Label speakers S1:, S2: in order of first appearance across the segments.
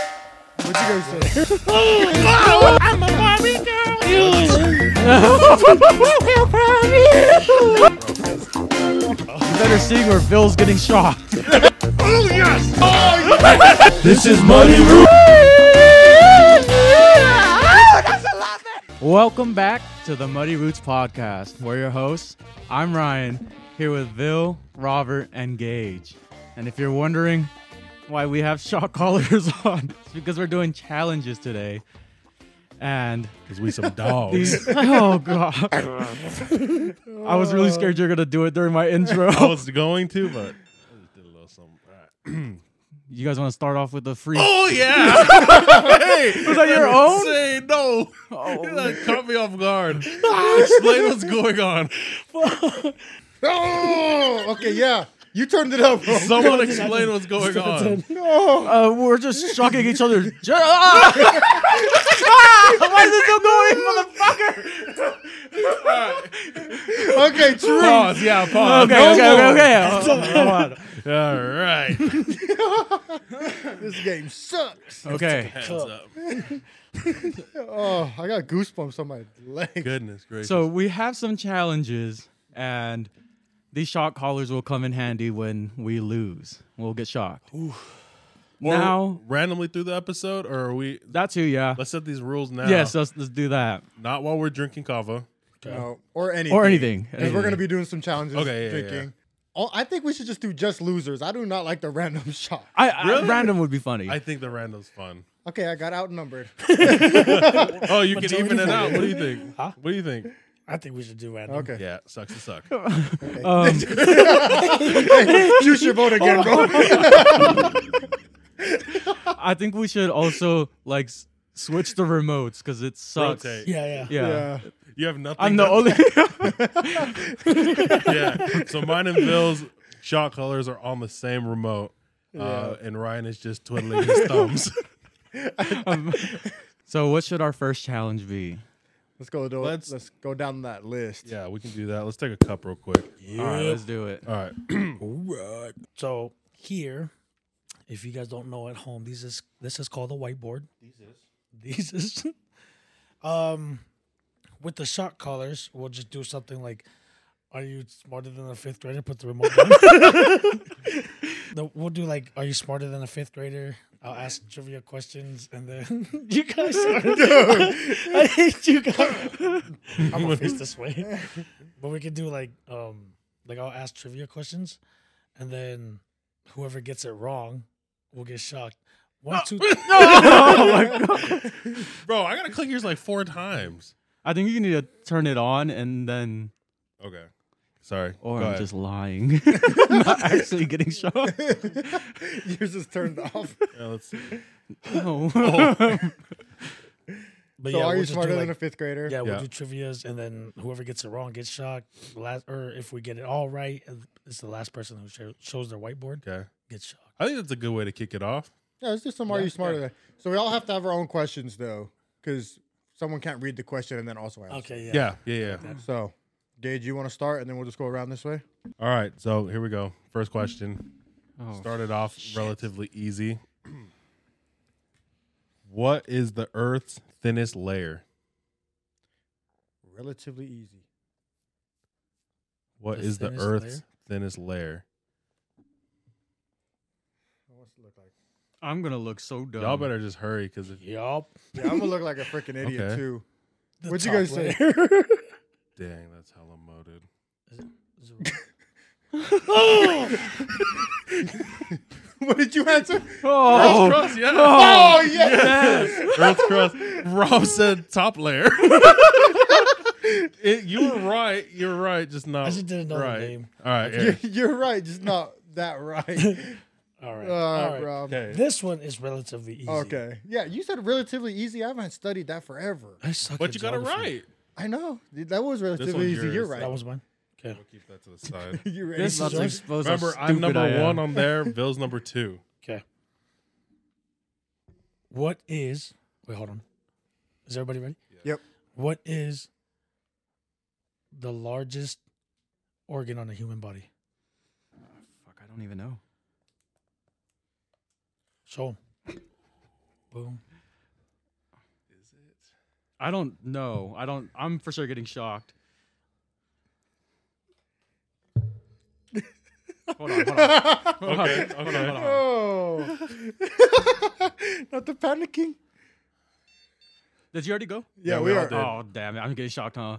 S1: What you gonna say?
S2: I'm a mommy girl.
S1: You better sing or Phil's getting shocked.
S2: oh yes.
S3: This is Muddy Room.
S1: Welcome back to the Muddy Roots Podcast. We're your hosts. I'm Ryan, here with Bill, Robert, and Gage. And if you're wondering why we have shock collars on, it's because we're doing challenges today. And
S3: Because we some dogs.
S1: these, oh god, I was really scared you're gonna do it during my
S3: I
S1: intro.
S3: was going to, but I just did a little something. All right.
S1: You guys want to start off with the free?
S3: Oh yeah. hey, was
S1: that your own?
S3: Say no. You like, caught me off guard. Explain what's going on.
S4: Oh, okay, yeah. You turned it up. Bro.
S3: Someone explain what's going on.
S4: No.
S1: Uh, we're just shocking each other. Ju- ah! Ah! Why is it still going, motherfucker?
S4: Okay, true.
S3: Pause. Yeah, pause.
S1: Okay, okay, okay, okay. Oh, Hold on.
S3: All right.
S4: This game sucks.
S1: Okay.
S3: Hands up.
S4: Oh, I got goosebumps on my leg.
S3: Goodness gracious.
S1: So we have some challenges, and these shock collars will come in handy when we lose. We'll get shocked.
S3: We're
S1: now-
S3: randomly through the episode, or are we?
S1: That too, yeah.
S3: Let's set these rules now.
S1: Yes, let's, let's do that.
S3: Not while we're drinking kava.
S4: No, or anything.
S1: Or anything.
S4: Because we're gonna be doing some challenges.
S3: Okay, yeah,
S4: drinking.
S3: yeah.
S4: Oh, I think we should just do just losers. I do not like the random shot.
S1: I, I-
S3: Really?
S1: random would be funny.
S3: I think the random's fun.
S4: Okay, I got outnumbered.
S3: Oh, you can even it
S5: voted.
S3: out. What do you think? What do you think?
S5: I think we should do random.
S4: Okay,
S3: Yeah, sucks to suck.
S1: um,
S4: choose your vote again, bro.
S1: I think we should also like s- switch the remotes because it sucks.
S3: Rotate.
S5: Yeah, yeah.
S1: Yeah.
S4: Yeah.
S3: You have nothing.
S1: I'm the
S3: to-
S1: only.
S3: yeah. So mine and Bill's shot colors are on the same remote, uh, and Ryan is just twiddling his thumbs.
S1: so what should our first challenge be?
S4: Let's go. Do,
S3: Let's-
S4: let's let's go down that list.
S3: yeah, we can do that. Let's take a cup real quick.
S1: All right, let's do it.
S3: All right.
S5: Alright. So here, if you guys don't know at home, these is this is called a whiteboard. These is. These is. um, with the shot collars, we'll just do something like, "Are you smarter than a fifth grader?" Put the remote down. No, we'll do like, "Are you smarter than a fifth grader?" I'll ask trivia questions, and then you guys. Are, I hate you guys. I'm gonna face this way. But we could do like um like I'll ask trivia questions and then whoever gets it wrong will get shocked. One, two, three.
S3: Oh Bro, I gotta click yours like four times.
S1: I think you need to turn it on and then,
S3: Okay. Sorry.
S1: or
S3: Go
S1: I'm
S3: ahead.
S1: just lying, not actually getting shot.
S4: Yours is turned off.
S3: Yeah, let's see.
S1: No.
S5: But
S4: So
S5: yeah,
S4: are
S5: we'll
S4: you
S5: just do,
S4: smarter than a
S5: like-
S4: fifth grader?
S5: Yeah, we'll
S3: Yeah.
S5: do trivia's and then whoever gets it wrong gets shocked. Last or if we get it all right, it's the last person who sho- shows their whiteboard
S3: Okay.
S5: gets shocked.
S3: I think that's a good way to kick it off.
S4: Yeah, let's do some Are You Smarter Than. So we all have to have our own questions though, because someone can't read the question and then also answer.
S5: Okay, yeah.
S3: Yeah. Yeah. Yeah.
S4: So, Gage, you want to start, and then we'll just go around this way.
S3: All right. So here we go. First question.
S1: Oh,
S3: Started off relatively easy. What is the Earth's thinnest layer?
S4: Relatively easy.
S3: What
S5: The
S3: is the
S5: thinnest
S3: Earth's
S5: layer?
S3: thinnest layer?
S4: Oh, What's it look like?
S1: I'm gonna look so dumb.
S3: Y'all better just hurry because if
S5: Yup.
S4: Yeah, I'm gonna look like a freaking idiot
S3: Okay.
S4: too.
S5: The
S4: What'd you
S5: top
S4: guys say?
S5: layer.
S3: dang, that's hella moated.
S4: what did you answer?
S1: Oh,
S3: Crust, yeah.
S4: Oh yeah.
S3: Earth's crust. Rob said top layer. It- you were right. You're right. Just not.
S5: I just didn't know the
S3: right.
S5: name.
S3: All right.
S4: You're,
S3: Eric.
S4: you're right, just not that right.
S5: all right.
S4: Uh,
S5: all right.
S4: Rob.
S3: Okay.
S5: This one is relatively easy.
S4: Okay. Yeah, you said relatively easy. I haven't studied that forever.
S5: I suck
S3: But
S5: at
S3: you got it
S5: geography.
S3: right.
S4: I know Dude, that was relatively
S3: one's
S4: easy. You're
S3: yours.
S4: right.
S5: That was mine. Okay.
S3: Keep that to the side.
S4: you're right.
S1: this
S5: This is
S1: is to
S5: yours?
S1: expose how
S3: Remember, I'm
S1: stupid
S3: number
S1: I am.
S3: one on there. Bill's number two.
S5: Okay. What is wait, hold on. Is everybody ready?
S4: Yep.
S5: What is the largest organ on a human body?
S1: Fuck, I don't even know.
S5: Show 'em. Boom.
S1: I don't know. I don't. I'm for sure getting shocked. hold on. Hold on. Hold on.
S3: Okay,
S1: Hold on.
S3: okay.
S1: Hold on.
S4: Oh, not the panicking.
S1: Did you already go?
S4: Yeah,
S3: Yeah,
S4: we,
S3: we all
S4: are.
S3: did.
S1: Oh damn it! I'm getting shocked, huh?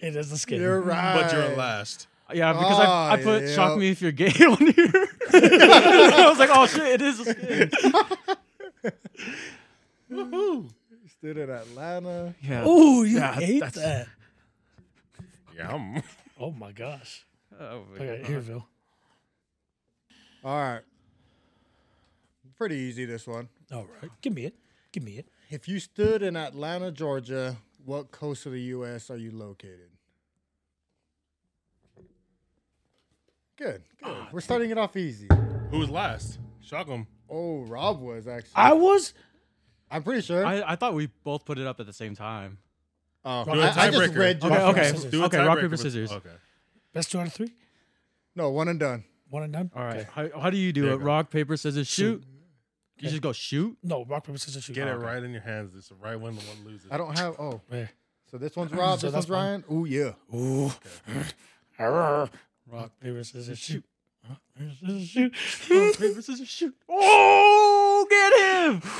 S5: It is the skin.
S4: You're right.
S3: But you're last.
S1: Yeah, because I, I
S4: Oh,
S1: put
S4: yeah.
S1: "shock me if you're gay" on here. I was like, oh shit, it is. a skin.
S4: Stood in Atlanta.
S1: Yeah.
S5: Ooh, you
S1: Yeah,
S5: ate
S1: that's-
S5: that.
S3: Yum.
S5: Oh my gosh.
S1: Oh, my
S5: Okay,
S1: God.
S3: uh-huh.
S5: here, Phil.
S4: All right. Pretty easy this one.
S5: All right, give me it. Give me it.
S4: If you stood in Atlanta, Georgia, what coast of the U.S. are you located? Good, good. We're starting it off easy.
S3: Who was last? Shock him.
S4: Oh, Rob was actually.
S5: I was.
S4: I'm pretty sure.
S1: I, I thought we both put it up at the same time.
S4: oh,
S5: Do
S3: Do a
S4: I, I just
S3: tiebreaker.
S4: read you.
S1: Okay,
S4: off.
S1: okay.
S5: scissors.
S3: Do a
S1: Okay, rock,
S3: tiebreaker
S1: paper,
S3: with-
S1: scissors.
S3: Okay.
S5: Best two out of three.
S4: No, one and done.
S5: One and done.
S1: All right.
S5: Okay.
S1: How, how do you do
S3: There
S1: it?
S3: you go.
S1: Rock, paper, scissors, shoot. You just go shoot.
S5: No, rock paper scissors shoot.
S3: Get it
S5: Okay.
S3: right in your hands. It's the right one. The one loses.
S4: I don't have. Oh,
S5: There.
S4: so this one's Rob.
S5: So
S4: this
S5: that's
S4: one's Ryan. Ooh, yeah.
S5: Ooh. Arr. Rock, paper, scissors, shoot. Rock, paper, scissors, shoot. E-,
S1: Rock, paper, scissors, shoot. Oh, get him!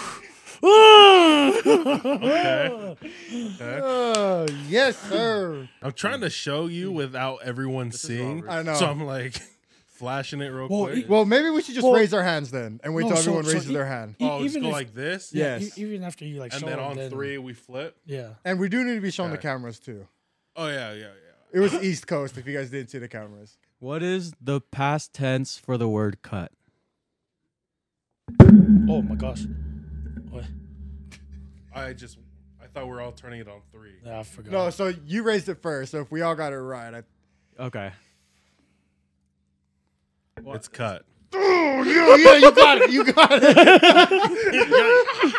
S4: Oh, yes, sir.
S3: I'm trying to show you without everyone seeing.
S4: I know.
S3: So I'm like flashing it real
S5: Well,
S3: quick.
S5: it-
S4: Well, maybe we should just
S5: Well-
S4: raise our hands then and wait
S5: No,
S4: till
S5: so-
S4: everyone
S5: so
S4: raises
S5: e-
S4: their hand.
S5: e-
S3: oh, just
S5: even
S3: go
S5: if-
S3: like this.
S4: Yeah.
S5: E-
S4: Yes.
S5: even after you like
S3: And
S5: show
S3: then
S5: them,
S3: on three we flip.
S5: Yeah.
S4: And we do need to be showing the
S3: Okay.
S4: cameras too.
S3: Oh yeah, yeah, yeah.
S4: It was East Coast if you guys didn't see the cameras.
S1: What is the past tense for the word cut?
S5: Oh my gosh. What?
S3: I just I thought we were all turning it on three.
S5: Nah, I forgot.
S4: No, so you raised it first. So if we all got it right, I,
S1: Okay.
S3: It's cut.
S4: oh yeah, you got it. You got it.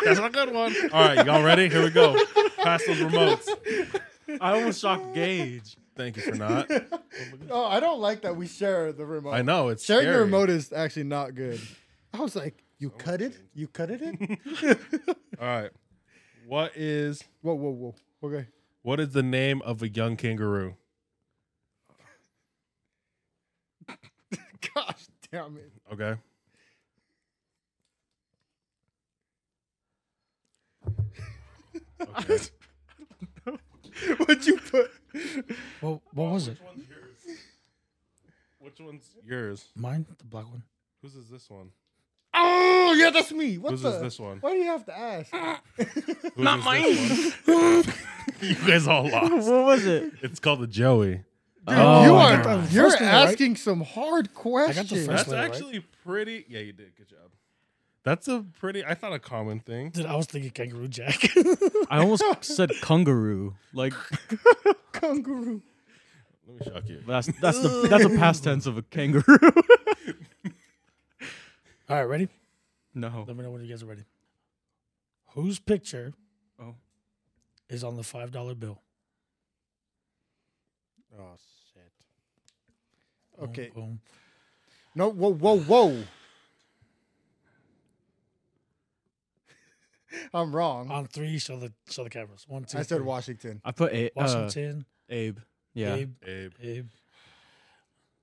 S3: That's a good one. All right, y'all ready? Here we go. Pass those remotes.
S1: I almost shocked Gage.
S3: Thank you for not.
S4: Oh, I don't like that we share the remote.
S3: I know it's
S4: Sharing
S3: scary.
S4: the remote is actually not good. I was like, you cut it? You cut it in?
S3: All right. What is
S4: whoa, whoa, whoa. Okay.
S3: what is the name of a young kangaroo?
S4: Gosh damn it.
S3: Okay. Okay.
S4: What'd you put?
S5: What, what was it?
S3: Which one's yours? Which one's yours?
S5: Mine, the black one.
S3: Whose is this one?
S4: Oh yeah, that's me. What
S3: Whose
S4: the?
S3: is this one?
S4: Why do you have to ask?
S3: Whose Not mine. you guys all lost.
S1: What was it?
S3: It's called the Joey.
S1: Oh,
S4: you
S1: I
S4: are
S5: got the
S4: you're
S5: first one right.
S4: asking some hard questions.
S5: first-
S3: That's
S5: Translate, right?
S3: actually pretty. Yeah, you did. Good job. That's a pretty. I thought a common thing.
S5: Dude, I was thinking kangaroo jack.
S1: I almost said kangaroo. Like
S4: kangaroo.
S3: Let me shock you.
S1: that's that's the that's a past tense of a kangaroo.
S5: All right, ready?
S1: no.
S5: Let me know when you guys are ready. Whose picture
S1: Oh.
S5: is on the five dollar bill?
S4: Oh shit. Okay.
S5: Boom,
S4: No. Whoa. Whoa. Whoa. I'm
S5: boom.
S4: wrong.
S5: On three, show the show the cameras. One, two.
S4: I said
S5: three.
S4: Washington.
S1: I put a, uh,
S5: Washington.
S1: Abe. Yeah.
S5: Abe,
S3: Abe.
S5: Abe.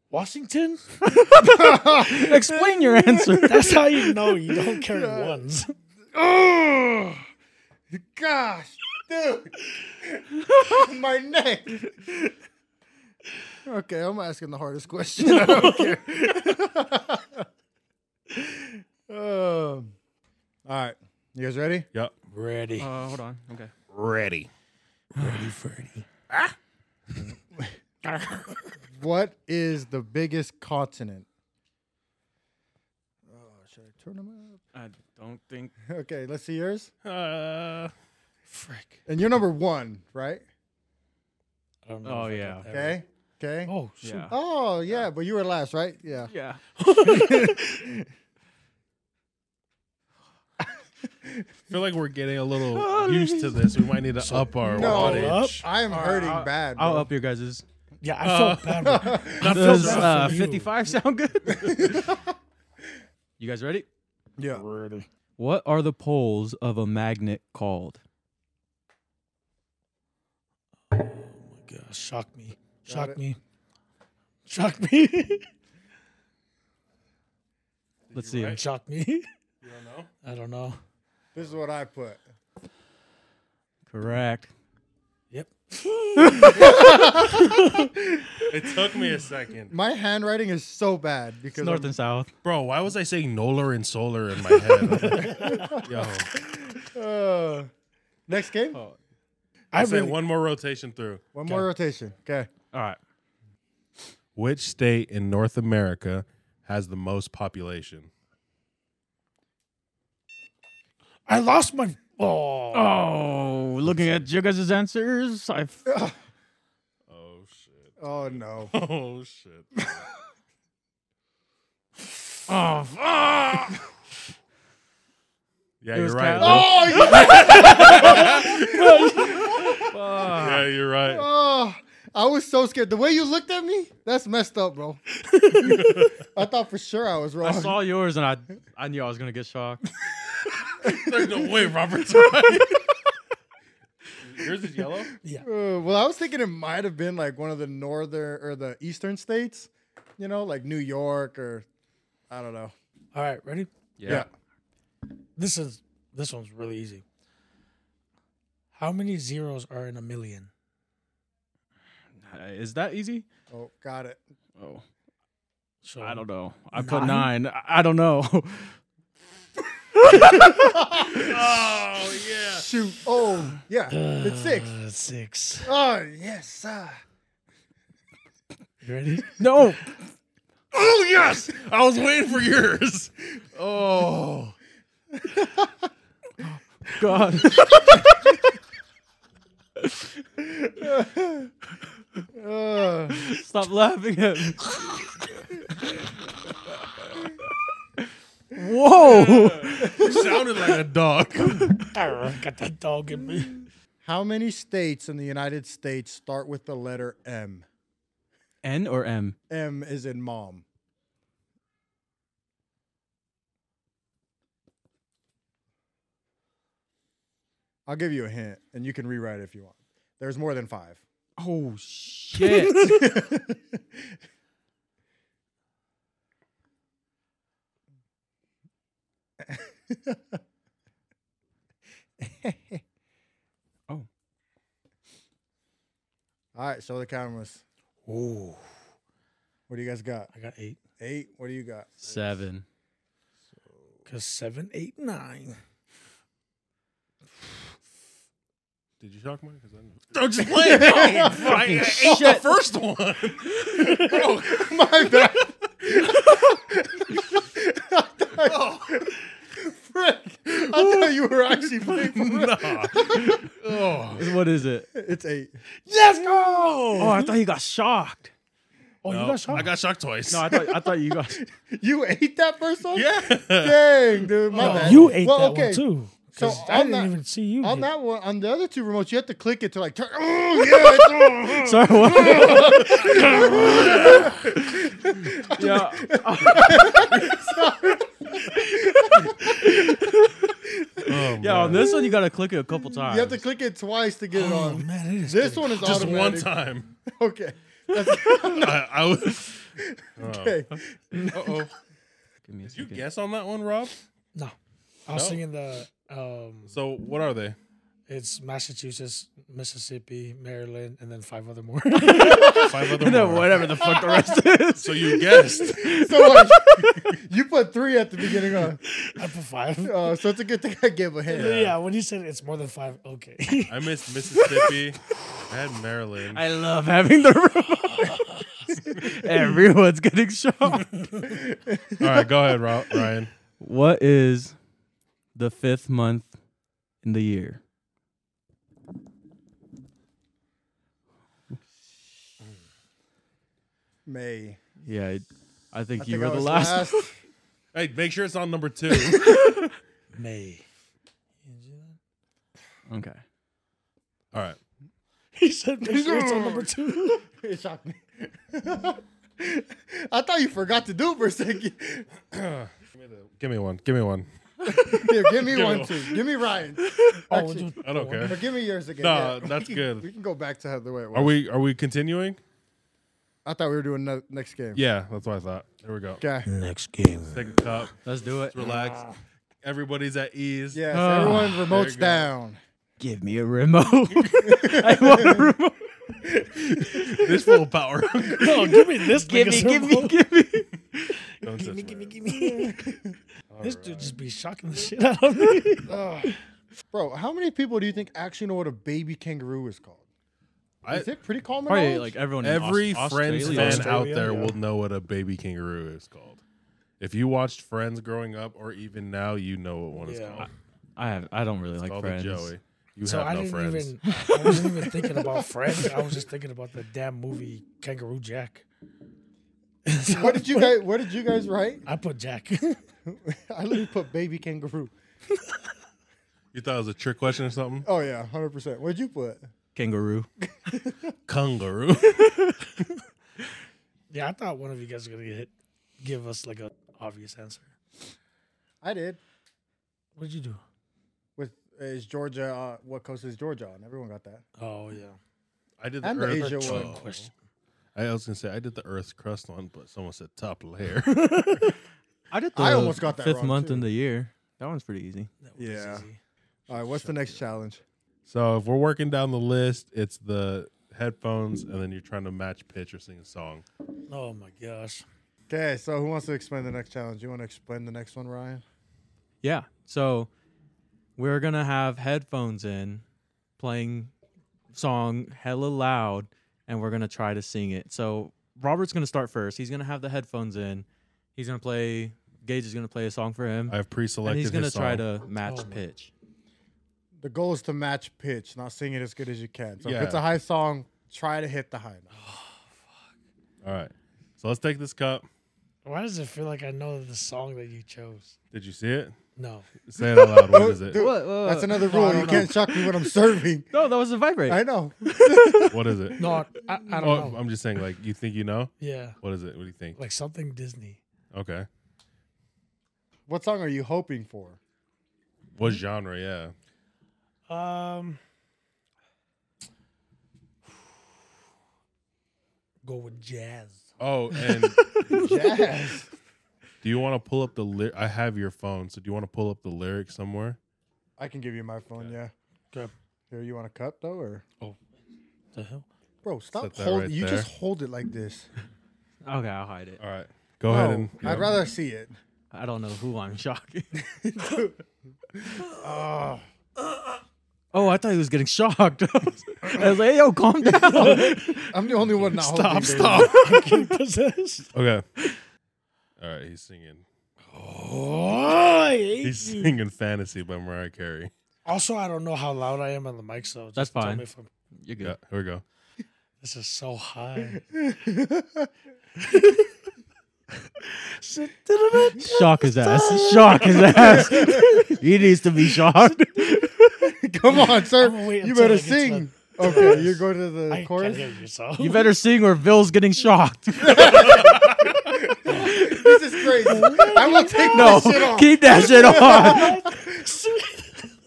S5: Washington.
S1: Explain your answer.
S5: That's how you know you don't carry ones.
S4: Oh, gosh, dude, my neck. Okay, I'm asking the hardest question. I don't care. um, all right, you guys ready?
S3: Yep.
S5: Ready.
S1: Uh, hold on. Okay.
S3: Ready.
S5: Ready, Freddy.
S4: What is the biggest continent? Oh, should I turn them up?
S1: I don't think.
S4: Okay, let's see yours.
S3: Uh,
S5: Frick.
S4: And you're number one, right?
S5: I don't know.
S1: Oh,
S5: if I
S1: yeah.
S5: got that right.
S4: Okay. Okay.
S5: Oh shoot.
S1: Yeah.
S4: Oh yeah, but you were last, right? Yeah.
S1: Yeah.
S3: I feel like we're getting a little used to this. We might need to up our
S4: No,
S3: wattage.
S4: I am hurting
S1: I'll-
S4: bad.
S1: I'll
S4: bro.
S1: up your guys's.
S5: Yeah, I felt bad. I felt
S1: Does
S5: bad
S1: uh,
S5: for you.
S1: 55 sound good? you guys ready?
S4: Yeah.
S1: What are the poles of a magnet called?
S5: Uh, shock me. Shock
S4: it.
S5: me. Shock me.
S1: Let's see.
S3: right?
S5: shock me.
S3: You don't know?
S5: I don't know.
S4: This is what I put.
S1: Correct.
S5: Yep.
S3: It took me a second.
S4: My handwriting is so bad because
S1: North
S4: I'm-
S1: and south.
S3: Bro, why was I saying Nolar and Solar in my head? Yo,
S4: uh, next game.
S1: Oh,
S5: I
S3: I say
S5: really,
S3: one more rotation through.
S4: One more rotation. Okay.
S1: All right.
S3: Which state in North America has the most population?
S5: I lost my. Oh,
S1: Oh, looking at you guys' answers, I f-
S3: Oh shit.
S4: Oh no.
S3: Oh shit.
S1: oh, fuck.
S3: Yeah,
S1: It
S3: you're
S1: was
S3: right.
S1: Cal-
S3: bro.
S4: Oh, you-
S1: Oh!
S3: Yeah, you're right.
S4: oh, I was so scared. The way you looked at me, that's messed up, bro. I thought for sure I was wrong.
S1: I saw yours and I I knew I was gonna get shocked.
S3: There's no way Robert's right. Yours is yellow?
S5: yeah.
S4: Uh, well, I was thinking it might have been like one of the northern or the eastern states, you know, like New York or I don't know.
S5: All right, ready?
S4: Yeah.
S5: This is this one's really easy. How many zeros are in a million?
S1: Uh, Is that easy?
S4: Oh, got it.
S1: Oh,
S5: So
S1: I don't know. I put
S5: Nine?
S1: nine. I, I don't know.
S3: Oh yeah.
S4: Shoot. Oh, yeah. It's six.
S5: Uh, six.
S4: Oh, yes. ah.
S5: You ready?
S1: no.
S3: Oh yes! I was waiting for yours. Oh
S1: God.
S4: Uh,
S1: Stop laughing at me. Whoa.
S3: sounded like a dog.
S5: Arr, Got that dog in me.
S4: how many states in the United States start with the letter M?
S1: N or M?
S4: M is in mom. I'll give you a hint and you can rewrite it if you want. There's more than five.
S1: Oh shit.
S4: All right, show the cameras.
S5: Ooh,
S4: What do you guys got?
S5: I got eight.
S4: Eight? What do you got?
S1: Seven.
S5: Cause seven, eight, nine.
S3: Did you shock mine? Because I know. I'm just playing. Oh, I ate the first one.
S4: My bad. Frick. I thought you were actually playing for real.
S1: What is it?
S4: It's eight.
S5: Let's go.
S1: Oh, I thought you got shocked.
S5: Oh, you
S3: No,
S5: got shot.
S3: I got shocked twice.
S1: No, I thought I thought you got.
S4: You ate that first one?
S3: yeah.
S4: Dang, dude. My bad.
S5: Oh, you ate
S4: Well,
S5: that
S4: okay.
S5: one too.
S4: So
S5: 'Cause I
S4: on
S5: didn't
S4: that-
S5: even see you.
S4: On
S5: hit.
S4: that one, on the other two remotes, you have to click it to like turn. Oh, yeah. It's, oh,
S1: Sorry. What? yeah.
S3: Oh,
S1: Yeah. On this one, you gotta click it a couple times.
S4: You have to click it twice to get it
S5: Oh
S4: on.
S5: man, it is
S4: This
S5: good.
S4: one is
S3: just one
S4: automatic.
S3: time.
S4: Okay.
S3: I, I was.
S4: Okay.
S3: Uh oh.
S1: Give me a
S3: Did you
S1: second.
S3: guess on that one, Rob?
S5: No, I was
S3: No.
S5: singing the. Um,
S3: So what are they?
S5: it's Massachusetts, Mississippi, Maryland, and then five other more.
S3: Five other
S1: And then
S3: more.
S1: whatever the fuck the rest is.
S3: So you guessed.
S4: So like, you put three at the beginning on.
S5: Up to five.
S4: Uh, so it's a good thing I gave a hint.
S5: Yeah. when you said it's more than five, okay.
S3: I missed Mississippi. I had Maryland.
S1: I love having the remote. Everyone's getting shocked.
S3: All right, go ahead, Rob, Ryan.
S1: What is the fifth month in the year?
S4: May.
S1: Yeah, I, I think
S4: I
S1: you
S4: think
S1: were
S4: I
S1: the
S4: was
S1: last.
S3: Hey, make sure it's on number two.
S5: May.
S1: Okay.
S3: All right.
S5: He said make sure it's on number two.
S4: It shocked me. I thought you forgot to do it for a second.
S3: Give me one. Give me one.
S4: Here, give me
S3: Give
S4: one
S3: it-
S4: too. Give me Ryan.
S5: Oh,
S4: Actually,
S5: dude,
S3: I don't
S4: or
S3: care.
S4: give me yours again.
S3: Nah,
S4: Yeah, we
S3: that's
S4: can-
S3: good.
S4: We can go back to how the way it was.
S3: Are we are we continuing?
S4: I thought we were doing no, next game.
S3: Yeah, that's what I thought. There we go. Ah.
S4: Okay.
S5: next game.
S3: Take a cup.
S1: Let's do it.
S3: Relax. Everybody's at ease.
S4: Yes.
S1: Ah,
S4: everyone,
S3: you
S4: remotes
S3: go.
S4: down.
S1: Give me a remote. I want a remote.
S3: This full power.
S5: No, give me this.
S1: Give
S5: nigga
S1: me,
S5: some
S1: give me,
S5: more.
S1: give me.
S3: Don't
S5: Gimme,
S3: touch my-
S5: gimme, gimme. This dude just be shocking the shit out of me.
S4: Bro, how many people do you think actually know what a baby kangaroo is called?
S3: I-
S4: is it pretty common?
S1: Probably
S4: knowledge?
S1: like everyone. in
S3: Every
S1: Aus-
S3: Friends
S1: Australia.
S3: fan
S5: Australia,
S3: out there
S5: yeah.
S3: will know what a baby kangaroo is called. If you watched Friends growing up or even now, you know what one is
S5: Yeah.
S3: called.
S1: I have. I don't really like
S3: called a
S1: friends.
S3: Joey. You
S5: so
S3: have
S5: I
S3: no
S5: didn't
S3: friends.
S5: even. I wasn't even thinking about friends. I was just thinking about the damn movie Kangaroo Jack. So
S4: What did you guys? What did you guys write?
S5: I put Jack.
S4: I literally put baby kangaroo.
S3: You thought it was a trick question or something?
S4: Oh yeah, hundred percent. What'd you put?
S1: Kangaroo.
S3: Kangaroo.
S5: yeah, I thought one of you guys was gonna get give us like a obvious answer.
S4: I did.
S5: What did you do?
S4: With is Georgia? Uh, what coast is Georgia on? Everyone got that.
S5: Oh yeah,
S3: I did the
S4: And the
S3: Earth.
S4: Asia
S5: trick
S4: one.
S5: question.
S3: I was gonna say I did the Earth's crust one, but someone said top layer.
S1: I did.
S4: I
S1: the
S4: almost got that
S1: fifth
S4: wrong,
S1: month in
S4: too.
S1: the year. That one's pretty easy.
S5: That was
S4: Yeah.
S5: easy.
S4: All right, what's the next challenge?
S3: so if we're working down the list, it's the headphones, and then you're trying to match pitch or sing a song.
S5: Oh my gosh.
S4: Okay, so who wants to explain the next challenge? You want to explain the next one, Ryan?
S1: Yeah. So we're gonna have headphones in, playing song hella loud, and we're gonna try to sing it. So Robert's gonna start first. He's gonna have the headphones in. He's gonna play. Gage is gonna play a song for him,
S3: I've
S1: and
S3: pre-selected.
S1: he's gonna
S3: his
S1: try
S3: song.
S1: to match
S5: Oh my-
S1: pitch.
S4: The goal is to match pitch, not sing it as good as you can. So if
S3: Yeah.
S4: it's a high song, try to hit the high note.
S3: All right. So let's take this cup.
S5: Why does it feel like I know the song that you chose?
S3: Did you see it?
S5: No.
S3: Say it out loud. What is
S4: Dude,
S3: it?
S1: What- what-
S4: That's
S1: what?
S4: another rule.
S5: Uh, don't
S4: You
S5: know.
S4: can't shock me when I'm serving.
S1: No, that was a vibrate.
S4: I know.
S3: What is it?
S5: No, I, I, I don't
S3: Oh,
S5: know.
S3: I'm just saying, like you think you know.
S5: yeah.
S3: What is it? What do you think?
S5: Like something Disney.
S3: Okay.
S4: What song are you hoping for?
S3: What genre? Yeah.
S5: Um Go with jazz.
S3: Oh, and
S4: Jazz.
S3: do you want to pull up the? Ly- I have your phone, so do you want to pull up the lyrics somewhere?
S4: I can give you my phone, yeah.
S5: Okay.
S4: Here, you want a cup though, or
S5: The hell?
S4: bro? Stop
S3: Oh. Set that
S4: holding.
S3: right
S4: you
S3: there.
S4: just hold it like this.
S1: okay, I'll hide it.
S3: All right. Go
S4: No,
S3: ahead and.
S4: Oh, I'd rather see it.
S1: I don't know who I'm shocking. Oh, I thought he was getting shocked. I was like, "Hey, yo, calm down."
S4: I'm the only one not holding. baby.
S5: I'm getting possessed.
S3: Okay. All right. He's singing.
S5: Oh, I hate
S3: He's
S5: you.
S3: singing "Fantasy" by Mariah Carey.
S5: Also, I don't know how loud I am on the mic, so just
S1: That's
S5: tell
S1: fine.
S5: me if I'm-
S1: You're good.
S3: Yeah. Here we go.
S5: this is so high. Shit,
S1: Shock his ass. Shock his ass. he needs to be shocked.
S4: Come on, sir.
S5: I'ma wait
S4: You
S5: until
S4: better
S5: it gets
S4: sing.
S5: to the-
S4: Okay, you go to the
S5: I can't
S4: chorus.
S5: hear you, so.
S1: You better sing or Vil's getting shocked.
S4: This is crazy. I will take
S1: No,
S4: this shit off.
S1: keep that shit on.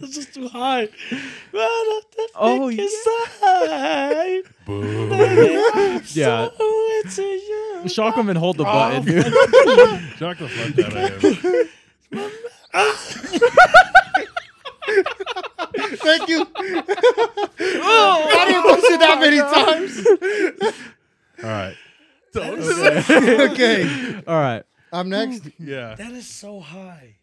S5: this is too high.
S1: Oh,
S5: Oh,
S1: yeah.
S5: yeah.
S3: Boom.
S1: Yeah. Shock him and hold the button, dude.
S3: Shock the fuck out of him.
S4: Thank you. I didn't watch it that many times.
S3: All right.
S4: Okay,
S1: All right.
S4: I'm next.
S3: Yeah.
S5: That is so high.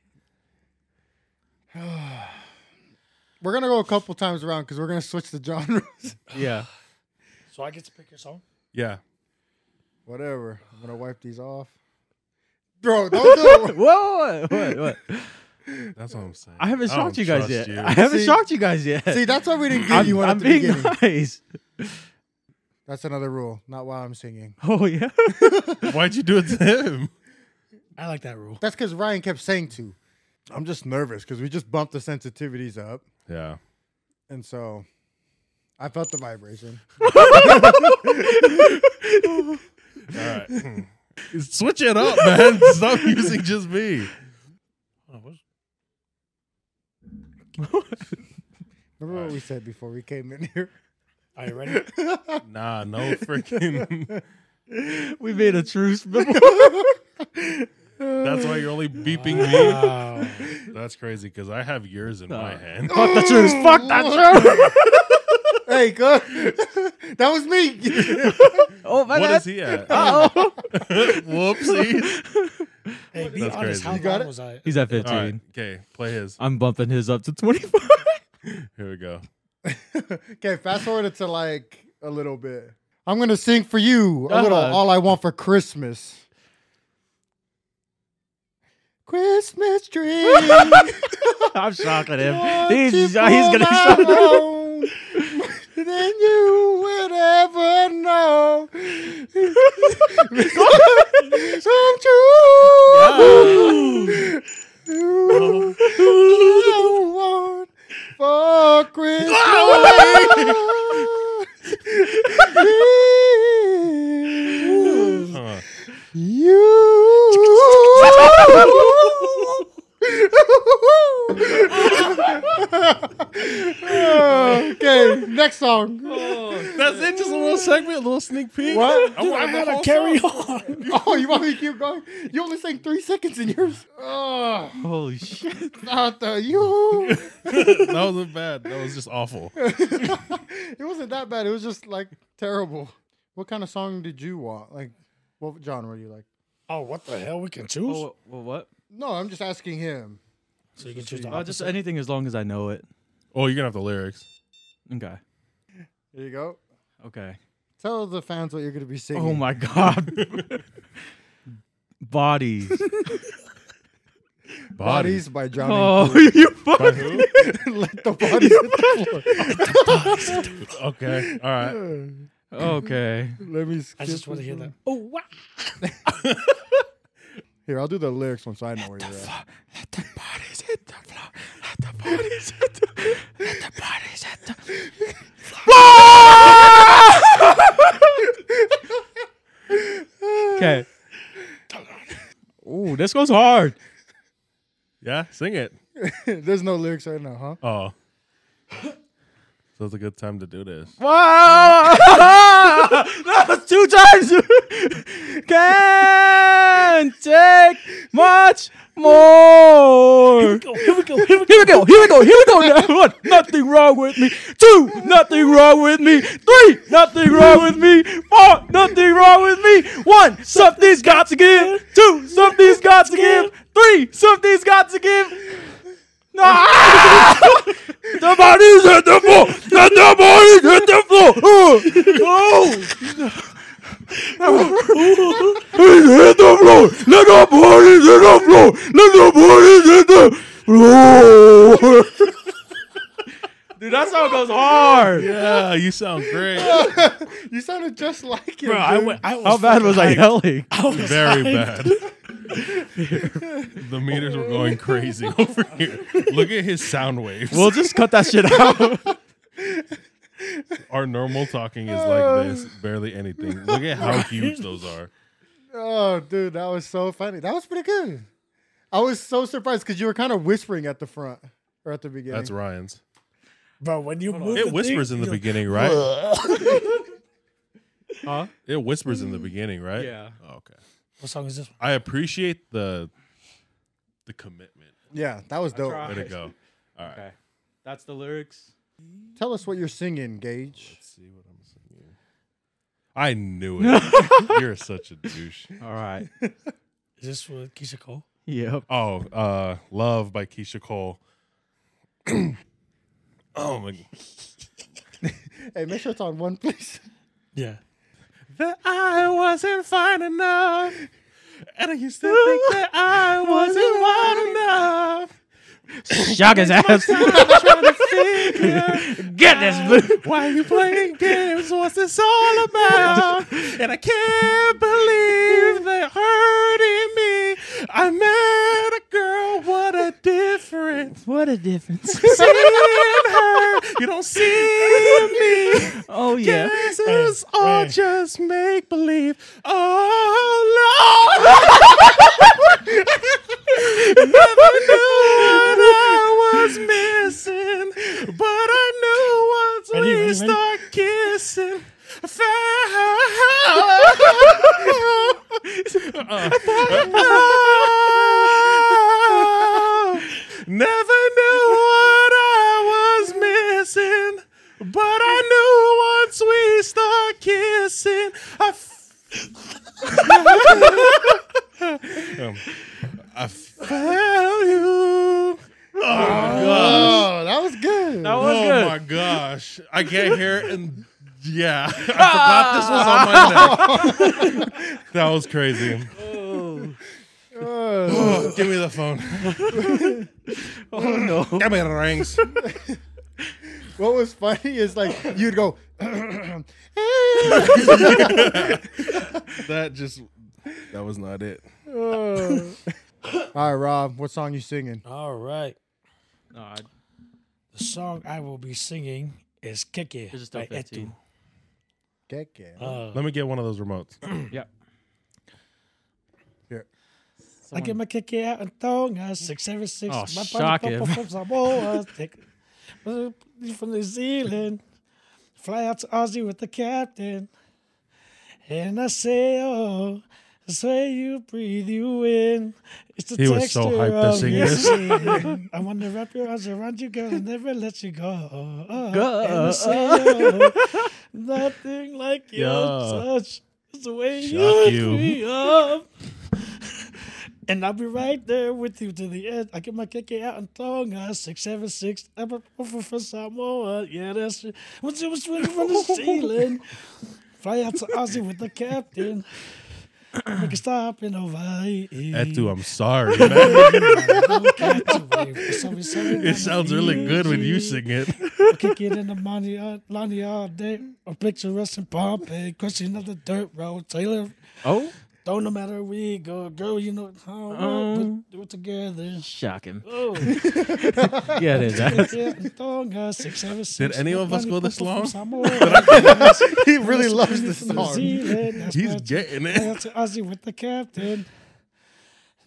S4: We're gonna go a couple times around because we're gonna switch the genres.
S1: Yeah.
S5: So I get to pick your song?
S3: Yeah.
S4: Whatever. I'm gonna wipe these off. Bro, don't do it.
S1: Whoa. What, what, what?
S3: That's what I'm saying.
S1: I haven't
S3: I
S1: shocked
S3: don't
S1: you guys
S3: trust
S1: yet.
S3: you.
S1: I haven't
S4: See-
S1: shocked you guys yet.
S4: See, that's why we didn't give
S1: I'm,
S4: you one
S1: I'm
S4: at the
S1: being
S4: beginning.
S1: nice.
S4: That's another rule. Not while I'm singing.
S1: Oh, yeah.
S3: Why'd you do it to him?
S5: I like that rule.
S4: That's because Ryan kept saying to. I'm just nervous because we just bumped the sensitivities up,
S3: Yeah.
S4: and so I felt the vibration.
S3: All right. Switch it up, man. Stop using just me.
S5: Hold on, what's-
S4: Remember what we said before we came in here?
S5: Are you ready?
S3: Nah, no freaking.
S2: We made a truce. before.
S3: That's why you're only beeping me.
S5: Wow.
S3: That's crazy because I have yours in my hand.
S2: Fuck the truce. Fuck that truce.
S4: hey, go. that was me.
S2: Oh my
S3: What
S2: god.
S3: is he at?
S2: oh.
S3: Whoopsie.
S5: Hey, be
S3: That's crazy.
S5: honest. How
S3: You
S4: got
S5: long
S4: it?
S5: was I?
S2: He's at
S3: All
S2: 15.
S3: right. Okay, play his.
S2: I'm bumping his up to 25.
S3: Here we go.
S4: okay, fast forward to like a little bit. I'm gonna sing for you a little.
S2: Uh-huh.
S4: All I want for Christmas. Christmas tree.
S2: I'm shocking him.
S4: won't
S2: He's,
S4: you
S2: he's gonna
S4: come
S2: shock
S4: along? then you will ever know. Some true. You want for Christmas.
S3: Huh.
S4: You. okay, next song.
S3: That's it. Just a little segment, a little sneak peek.
S4: What?
S5: Oh,
S3: I want the
S5: gotta
S3: whole
S5: carry
S3: song.
S5: on.
S4: Oh, you want me to keep going? You only sang three seconds in yours. Oh,
S2: Holy shit.
S4: not the you.
S3: That wasn't bad. That was just awful.
S4: it wasn't that bad. It was just like terrible. What kind of song did you want? Like, what genre do you like?
S5: Oh, what the hell? We can choose.
S3: Oh,
S2: what?
S4: No, I'm just asking him.
S5: so you can choose the
S2: Uh, just
S5: opposite.
S2: anything as long as I know it.
S3: Oh, you're gonna have the lyrics.
S2: Okay.
S4: Here you go.
S2: Okay.
S4: Tell the fans what you're going to be singing.
S2: Oh my god. Bodies.
S4: Bodies by Johnny.
S2: Oh, you
S3: By
S2: fuck.
S3: who?
S4: Let the bodies hit the
S3: Okay. All right.
S4: floor.
S2: Okay.
S4: Let me skip.
S5: I just want to
S4: this
S5: hear
S4: one.
S5: that. Oh, wow.
S4: Here, I'll do the lyrics once I know where you're at.
S2: Let the bodies hit the floor. Let the bodies hit the Let the bodies hit the Okay. Ooh, this goes hard.
S3: Yeah, sing it.
S4: There's no lyrics right now, huh?
S3: Oh. So it's a good time to do this.
S2: Wow! that was two times. Can't take much more.
S5: Go, here we go. Here we
S2: Here we go. Here we go. Here we go. Now, One, nothing wrong with me. Two, nothing wrong with me. Three, nothing wrong with me. Four, nothing wrong with me. One, something's got to give. Two, something's got to give. Three, something's got to give. No. the bodies hit the floor. The, the bodies hit the floor. Oh. oh. hit the floor. Let the bodies hit the floor. Let the bodies hit the floor. Dude, that song goes hard.
S3: Yeah, Ah, you sound great.
S4: You sounded just like it.
S5: Bro, I, went, I was
S2: How bad was I
S5: fucking
S2: yelling?
S5: hyped. I was
S3: Very
S5: hyped.
S3: bad. the meters were going crazy over here. Look at his sound waves.
S2: We'll just cut that shit out.
S3: Our normal talking is like this, barely anything. Look at how huge those are.
S4: Oh, dude, that was so funny. That was pretty good. I was so surprised because you were kind of whispering at the front or at the beginning.
S3: That's Ryan's.
S5: Bro, when you move
S3: It whispers in the beginning, right?
S2: Huh?
S3: It whispers in the beginning, right? Oh,
S2: Yeah.
S3: Okay.
S5: What song is this?
S3: I appreciate the the commitment.
S4: Yeah, that was dope.
S2: tried.
S3: Way to go. All right.
S2: Okay. That's the lyrics.
S4: Tell us what you're singing, Gage.
S3: see what I'm singing. I knew it. You're such a douche.
S2: All right.
S5: Is this with Keisha Cole?
S2: Yep.
S3: Oh, uh, Love by Keisha Cole. oh my
S4: Hey, make sure it's on one, please.
S5: Yeah.
S3: That I wasn't fine enough. And I used to think that I wasn't wide enough.
S2: Shock his ass. Get this. boo-
S3: Why you playing games? What's this all about? And I can't believe they're hurting me. I met a girl, what a difference.
S2: What a difference.
S3: Seeing her, you don't see me.
S2: Oh, yeah.
S3: This is all
S5: Hey.
S3: just make believe. Oh no! Never knew what I was missing. start kissing.
S1: Uh-uh.
S3: Never knew what I was missing, but I knew once we start kissing. I f- Um, I felt you.
S6: Oh, that was good.
S1: That was
S3: oh
S1: good.
S3: my gosh. I can't hear it. And yeah, I forgot this was on my neck. that was crazy.
S6: Oh,
S3: Give me the phone.
S1: Oh no.
S3: Give me the rings.
S6: what was funny is like you'd go,
S3: That just, that was not it.
S6: Oh. All right, Rob, what song you singing?
S7: All right.
S1: No, I-
S7: The song I will be singing is Keke
S1: This is
S7: by
S1: top 15.
S7: Etu.
S6: Get, get.
S7: Uh,
S3: Let me get one of those remotes.
S1: yeah.
S6: Here.
S7: I get my Keke out and thong. I six seven six.
S1: Oh,
S7: my
S1: shock
S7: body
S1: it.
S7: pop, pop, pop, Samoa. Take- from New Zealand, fly out to Aussie with the captain, and I say, oh. This way you breathe you in. It's the
S3: He was
S7: texture
S3: so hyped to
S7: of
S3: sing
S7: your
S3: this.
S7: skin. I want to wrap your arms around you, girl, and never let you go.
S1: Go.
S7: And I say, oh, Nothing like your
S3: Yeah.
S7: touch. It's the way
S3: Shock
S7: you
S3: you.
S7: lift me up. And I'll be right there with you to the end. I get my KK out in Tonga, 676. I'm a for, for Samoa. Yeah, that's it. Once it was running from the ceiling, fly out to Aussie with the captain. Make a stop in Hawaii.
S3: Etu, I'm sorry, man. It sounds really good when you sing it.
S7: Kick it in the money, uh, Lonnie all day. A picturesque in Pompeii, crushing up the dirt road. Taylor,
S1: Oh,
S7: don't no matter where we go, girl, you know how
S1: Um.
S7: we do it together.
S1: shock him.
S7: Oh,
S1: Get his ass.
S7: yeah, Tonga, six, seven, six,
S3: Did any of us
S7: Lonnie
S3: go this
S7: Cooper
S3: long?
S7: from Samoa.
S6: He really loves this
S7: From New
S6: song.
S7: Zealand, that's
S3: He's
S7: my-
S3: getting
S7: I
S3: it.
S7: got to Aussie with the captain.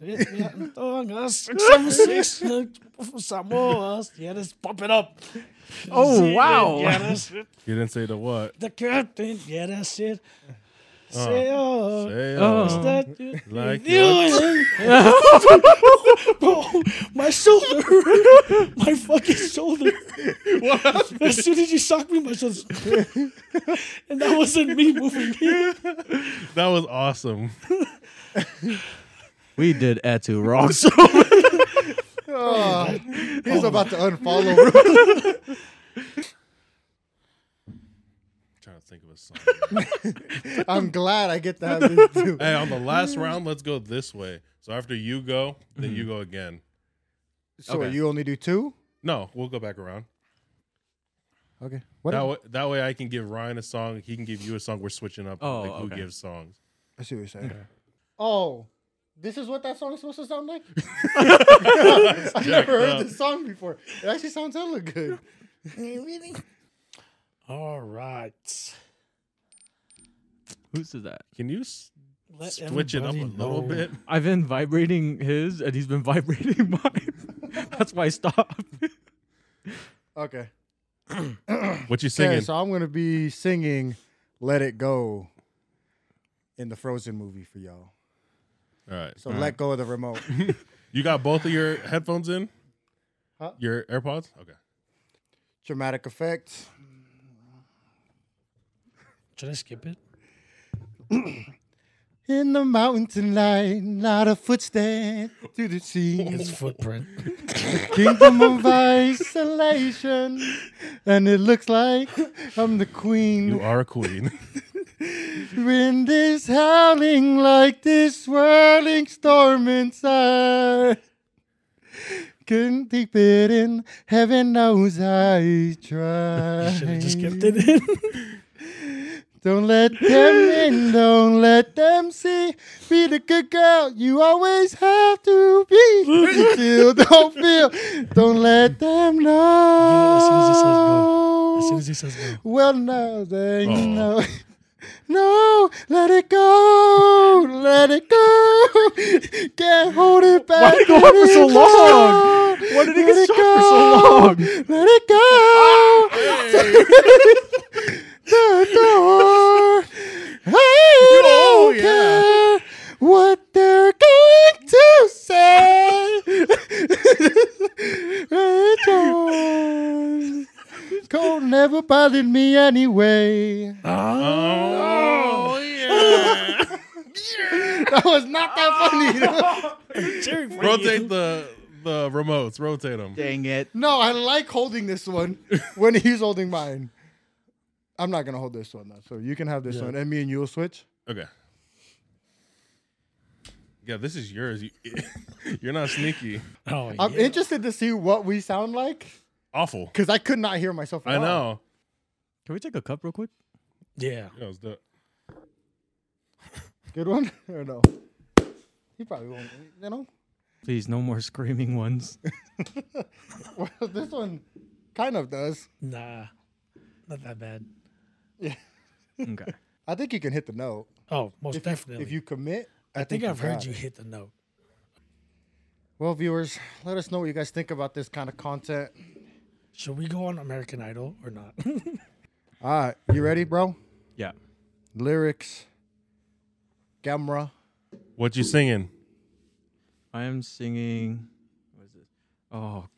S7: Yeah, yeah, Tonga, six, seven, six, uh, from Samoa. Yeah, let's pump it up.
S1: Oh
S7: Yeah,
S1: wow.
S7: that's it.
S3: You didn't say the what.
S7: The captain, yeah, that's it. Say, oh,
S3: Uh, Say, uh,
S1: Oh.
S7: is that you?
S3: Like
S7: You Bro, my shoulder, my fucking shoulder. As soon as you shocked me, my shoulder, and that wasn't me moving.
S3: that was awesome.
S1: We did Etu wrong. So
S6: Oh, he's about to unfollow. Ru-
S3: trying to think of a song.
S6: I'm glad I get to have this too.
S3: hey, on the last round, let's go this way. So after you go, then you go again.
S6: So
S1: Okay.
S6: you only do two?
S3: No, we'll go back around.
S6: Okay. What?
S3: That way, that way, I can give Ryan a song. He can give you a song. We're switching up.
S1: Oh,
S3: like,
S1: okay.
S3: Who gives songs?
S6: I see what you're saying. Oh, this is what that song is supposed to sound like. I never heard
S3: up.
S6: this song before. It actually sounds hella good.
S7: All right.
S1: who's that?
S3: Can you s-
S7: Let
S3: switch it up a
S7: everybody
S3: little
S7: know.
S3: bit?
S1: I've been vibrating his, and he's been vibrating mine. That's why I stopped.
S6: Okay.
S3: What you
S6: Okay,
S3: singing?
S6: so I'm gonna be singing "Let It Go" in the Frozen movie for y'all.
S3: All right.
S6: So let go of the remote.
S3: You got both of your headphones in?
S6: Huh?
S3: Your AirPods? Okay.
S6: Dramatic effects.
S7: Should I skip it?
S6: In the mountain tonight, not a footstep to the sea.
S7: It's footprint.
S6: Kingdom of isolation, and it looks like I'm the queen.
S3: You are a queen.
S6: Wind is howling like this swirling storm inside. Couldn't keep it in. Heaven knows I tried.
S7: Should I just skipped it in?
S6: Don't let them in. Don't let them see. Be the good girl you always have to be. You still don't feel. Don't let them know.
S7: as soon as it says go. As soon as he says no.
S6: Well, no, they
S3: Oh.
S6: no. No, let it go. Let it go. Can't hold it back.
S1: Why did it go
S6: let
S1: on for so
S6: go.
S1: long? Why did it get
S6: Let
S1: stuck for so
S6: go. Let it go.
S4: never bothered me anyway.
S3: Oh, yeah.
S4: That was not that funny.
S5: Cheering for
S3: Rotate
S5: you.
S3: the the remotes. Rotate them.
S8: Dang it.
S4: No, I like holding this one when he's holding mine. I'm not gonna hold this one though, so you can have this one, and me and you will switch.
S3: Okay. Yeah, this is yours. You, you're not sneaky.
S5: Oh,
S4: I'm
S5: yeah.
S4: interested to see what we sound like
S3: Awful.
S4: because I could not hear myself. at
S3: I
S4: all.
S3: know.
S8: Can we take a cup real quick?
S5: yeah.
S3: Yeah, it's the-
S4: Good one or no? He probably won't. You know,
S8: Please, no more screaming ones.
S4: well, this one kind of does.
S5: Nah, not that bad.
S8: okay.
S4: I think you can hit the note
S5: Oh, most
S4: if
S5: definitely.
S4: You, if you commit. I,
S5: I think I've heard
S4: got
S5: you
S4: it.
S5: hit the note.
S4: Well, viewers, let us know what you guys think about this kind of content.
S5: Should we go on American Idol or not? Oh
S4: All right, you ready, bro?
S8: Yeah.
S4: Lyrics, camera.
S3: What you singing?
S8: I am singing. What is this? Oh,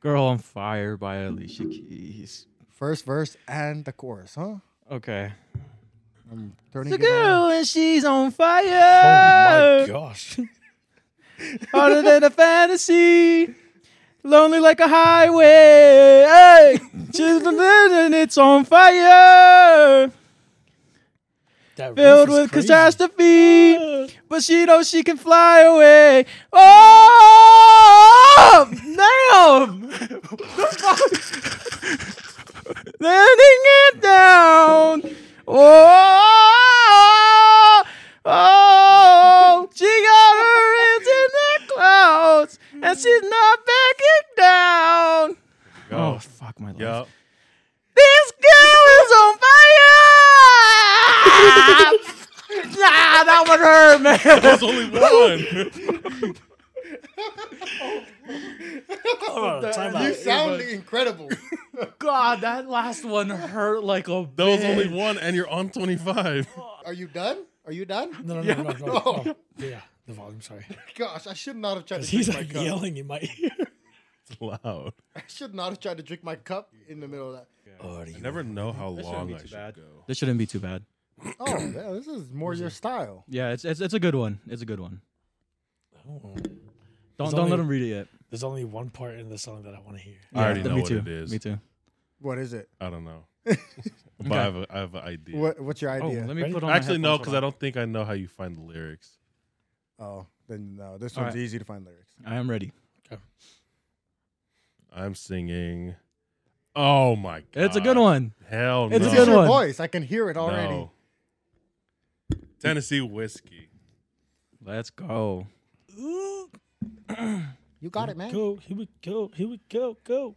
S8: Girl on Fire by Alicia Keys.
S4: First verse and the chorus, huh?
S8: Okay.
S4: Turning
S8: The
S4: it on.
S8: girl and she's on
S5: oh my
S8: fire.
S5: gosh.
S8: Harder than a fantasy. Lonely like a highway. Hey, she's and it's on fire.
S5: That
S8: filled
S5: riff is
S8: with
S5: crazy.
S8: catastrophe. But she knows she can fly away. Oh, damn! Letting it down. Oh, oh, she got her hands in the clouds, and she's not backing down. Oh, fuck my life.
S3: Yeah.
S8: This girl is on fire! nah, that one hurt, man.
S3: There's only one.
S5: Hold on, time
S4: You
S5: out.
S4: sound incredible.
S8: God, that last one hurt like a.
S3: There was only one, and you're on 25.
S4: Are you done? Are you done?
S5: No, no, no, no, no,
S4: no.
S5: no. Yeah, the volume. Sorry,
S4: Gosh, I should not have tried to drink
S5: he's
S4: my
S5: like
S4: cup.
S5: yelling in my ear.
S3: It's loud.
S4: I should not have tried to drink my cup in the middle of that.
S5: Oh,
S3: I never know how long
S8: be
S3: I
S8: too
S3: should
S8: bad.
S3: go.
S8: This shouldn't be too bad.
S4: Oh, yeah, this is more your style.
S8: Yeah, it's, it's it's a good one. It's a good one. Don't don't
S5: There's
S8: let
S5: only-
S8: him read it yet.
S5: There's only one part in the song that I want to hear.
S3: I already
S8: Yeah,
S3: know
S8: me
S3: what
S8: too.
S3: it is.
S8: Me too.
S4: What is it?
S3: I don't know. but I, have a, I have an idea.
S4: What What's your
S8: Oh,
S4: idea?
S8: let me
S5: Ready?
S8: put on. my
S3: Actually, no,
S8: headphones.
S3: because I don't think I know how you find the lyrics.
S4: oh, then no. This
S8: All
S4: one's
S8: right.
S4: easy to find lyrics.
S8: I am ready.
S3: I'm singing. Oh my god.
S8: It's a good one.
S3: Hell no.
S8: It's a
S4: This
S8: good
S4: is your
S8: one.
S4: voice. I can hear it already.
S3: No. Tennessee whiskey.
S8: Let's go.
S5: Ooh,
S4: You got it, man.
S5: go, here we go, here we go, go.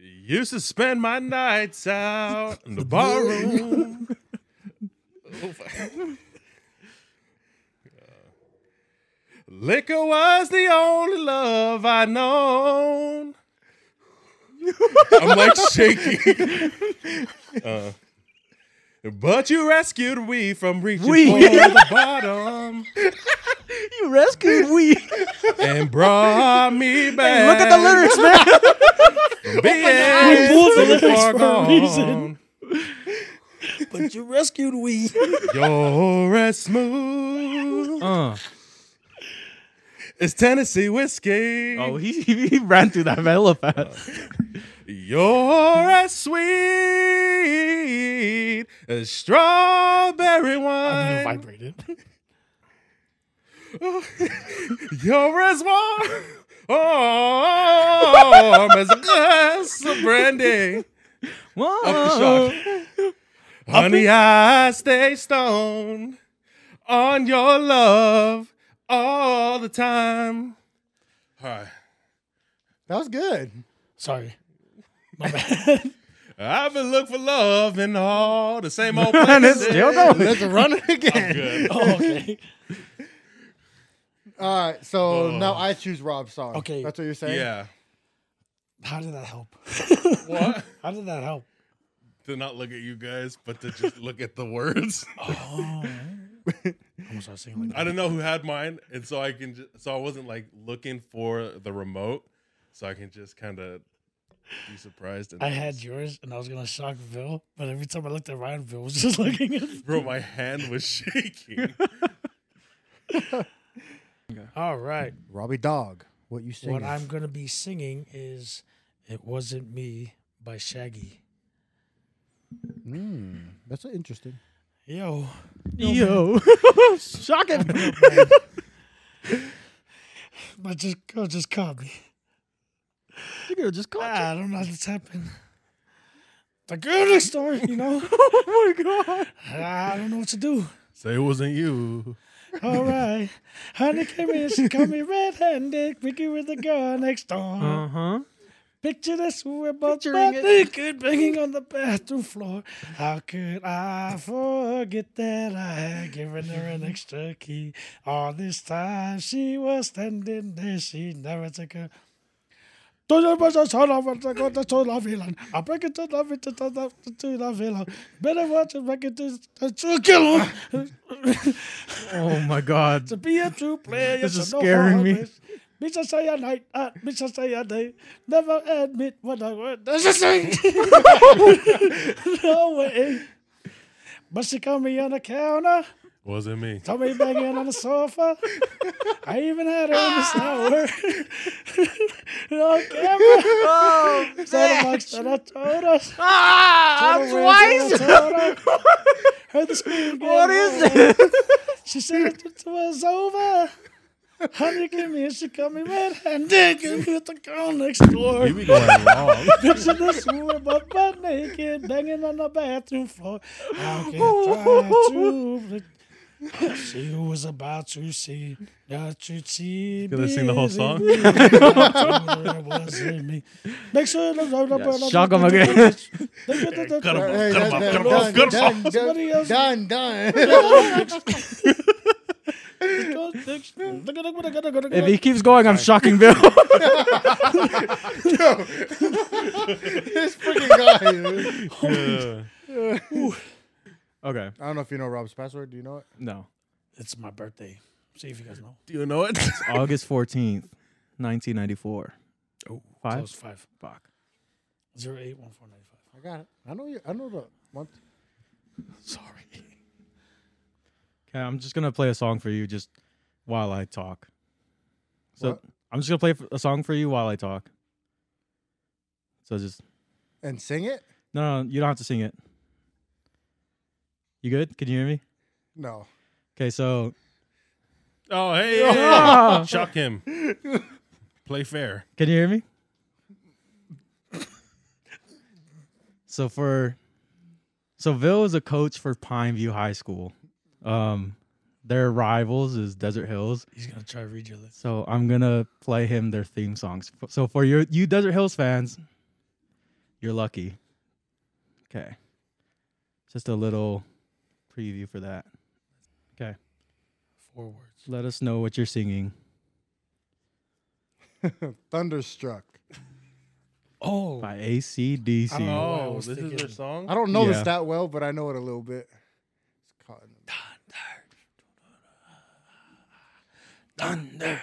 S3: Used to spend my nights out in the barroom. Oh, fuck. Liquor was the only love I known. I'm like shaking. Uh, but you rescued me from reaching
S8: We.
S3: for the bottom
S8: You rescued we. Look
S3: and brought me back.
S8: at the lyrics, man.
S3: Being
S5: pulled the lyrics
S3: far
S5: for a reason.
S3: gone.
S5: But you rescued we.
S3: You're as smooth
S8: Uh,
S3: as Tennessee whiskey.
S8: oh, he, he he ran through that hella fast.
S3: You're as sweet as strawberry
S5: I'm gonna
S3: wine.
S5: vibrate it.
S3: You're as warm warm as a glass of brandy.
S8: Whoa.
S3: Honey, I stay stoned on your love all the time. All right.
S4: That was good.
S5: Sorry, my bad.
S3: I've been looking for love in all the same old
S8: And it's
S3: places.
S8: still going.
S4: Let's run it again.
S3: Good.
S5: oh, okay,
S4: All right, so
S3: Oh.
S4: now I choose Rob's song.
S5: Okay.
S4: that's what you're saying.
S3: Yeah.
S5: how did that help?
S3: What?
S5: How did that help?
S3: to not look at you guys, but to just look at the words.
S5: Oh, I'm gonna start singing like
S3: I
S5: that.
S3: don't know who had mine, and so I can. Just, so I wasn't like looking for the remote, so I can just kind of Be surprised. and
S7: I
S3: amazed.
S7: had yours, and I was gonna shock Bill, but every time I looked at Ryan, Bill was just looking at. me.
S3: Bro, my hand was shaking.
S7: All right,
S2: Robbie Dog, what you singing?
S7: what I'm gonna be singing is "It Wasn't Me" by Shaggy.
S4: Hmm,
S2: Mm, that's interesting.
S7: Yo,
S1: Yo, shocking.
S7: but just go, just caught me.
S1: Nigga just caught
S3: Ah.
S7: I don't know what's happened. The girl next door, you know.
S1: Oh my god.
S7: I don't know what to do.
S3: Say it wasn't you.
S7: All right, honey came in, she caught me red-handed, freaky with the girl next door.
S1: Uh-huh.
S3: Uh-huh.
S1: huh.
S7: Picture this, we were both
S1: Picturing
S7: butt
S1: it.
S7: naked, banging on the bathroom floor. How could I forget that I had given her an extra key? All this time she was standing there, she never took her. To the bus, I shut off, I go to the love villain. I break it to love it to the love to the villain. Better watch it, break it to the true killer.
S1: Oh my god.
S7: To be a true player,
S1: This
S7: you
S1: is
S7: should know
S1: scaring
S7: how
S1: me.
S7: it is. Bitch, I say a night, uh, bitch, I say a day. Never admit what I want. That's the thing. no way. But she caught me on the counter,
S3: Wasn't me.
S7: told me banging on the sofa. I even had her in the shower. no camera.
S1: Oh,
S7: Said the box that I told her.
S1: ah,
S7: Told her where I told her. Heard the scream.
S1: What
S7: getting
S1: is
S7: louder.
S1: this?
S7: She said it, it was over. Honey came in, she caught me red-handed, and with the girl next door.
S3: You be going wrong.
S7: Picture this woman butt butt naked, banging on the bathroom floor. How can I to look- She was about to see that you see.
S3: Gonna sing the whole song?
S7: Make sure it
S1: Yeah,
S7: was
S1: shock 'em again.
S3: Cut 'em off,
S2: Hey,
S3: cut 'em
S2: that-
S3: off,
S2: that-
S3: cut 'em off, cut 'em off.
S2: done,
S7: Somebody else-
S2: done, done, done.
S1: If he keeps going, I'm shocking Bill.
S2: this freaking guy. dude.
S3: Yeah.
S1: okay.
S2: I don't know if you know Rob's password. Do you know it?
S1: No.
S7: It's my birthday. See if you guys know.
S3: Do you know it?
S1: August 14th, 1994. Oh,
S7: That
S1: five?
S7: was five.
S1: Fuck.
S7: Zero eight one four ninety five.
S2: I got it. I know you. I know the month.
S7: Sorry.
S1: Okay, I'm just gonna play a song for you just while I talk. So
S2: What?
S1: I'm just gonna play f- a song for you while I talk. So just
S2: And sing it?
S1: no, no, no, you don't have to sing it. You good? Can you hear me?
S2: No.
S1: Okay, so
S3: Oh, hey, hey, hey.
S1: Ah!
S3: Shock him. Play fair.
S1: can you hear me? so for so Vil is a coach for Pineview High School. Um, their rivals is Desert Hills.
S7: He's gonna try to read your lips.
S1: So I'm gonna play him their theme songs. F- So for your you Desert Hills fans, you're lucky. Okay. Just a little preview for that. Okay.
S7: Four words.
S1: Let us know what you're singing.
S2: Thunderstruck.
S7: Oh,
S1: By ACDC.
S2: I don't know.
S7: I
S3: Oh,
S7: was
S3: this is
S7: thinking-
S3: their song?
S2: I don't know
S1: Yeah.
S2: this that well, but I know it a little bit. It's caught in the-
S7: thunder.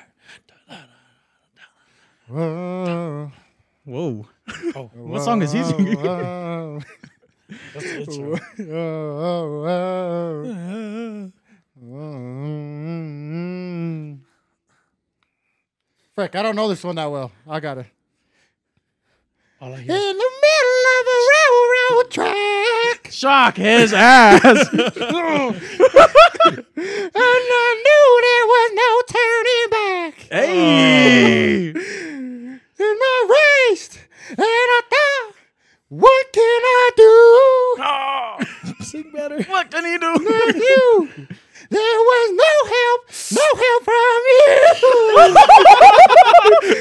S2: Whoa.
S1: Whoa.
S7: Oh,
S1: What song is he singing?
S2: Whoa,
S7: that's the intro.
S2: whoa, whoa,
S7: Uh,
S2: whoa. Frick, I don't know this one that well. I got it.
S7: All I hear is
S2: In the middle of a railroad track,
S1: Shock his ass.
S2: and I knew there was no turning back.
S1: hey.
S2: in my waist, and I thought, what can I do?
S7: sing better.
S1: What can he do?
S2: Not you. There was no help, no help from you.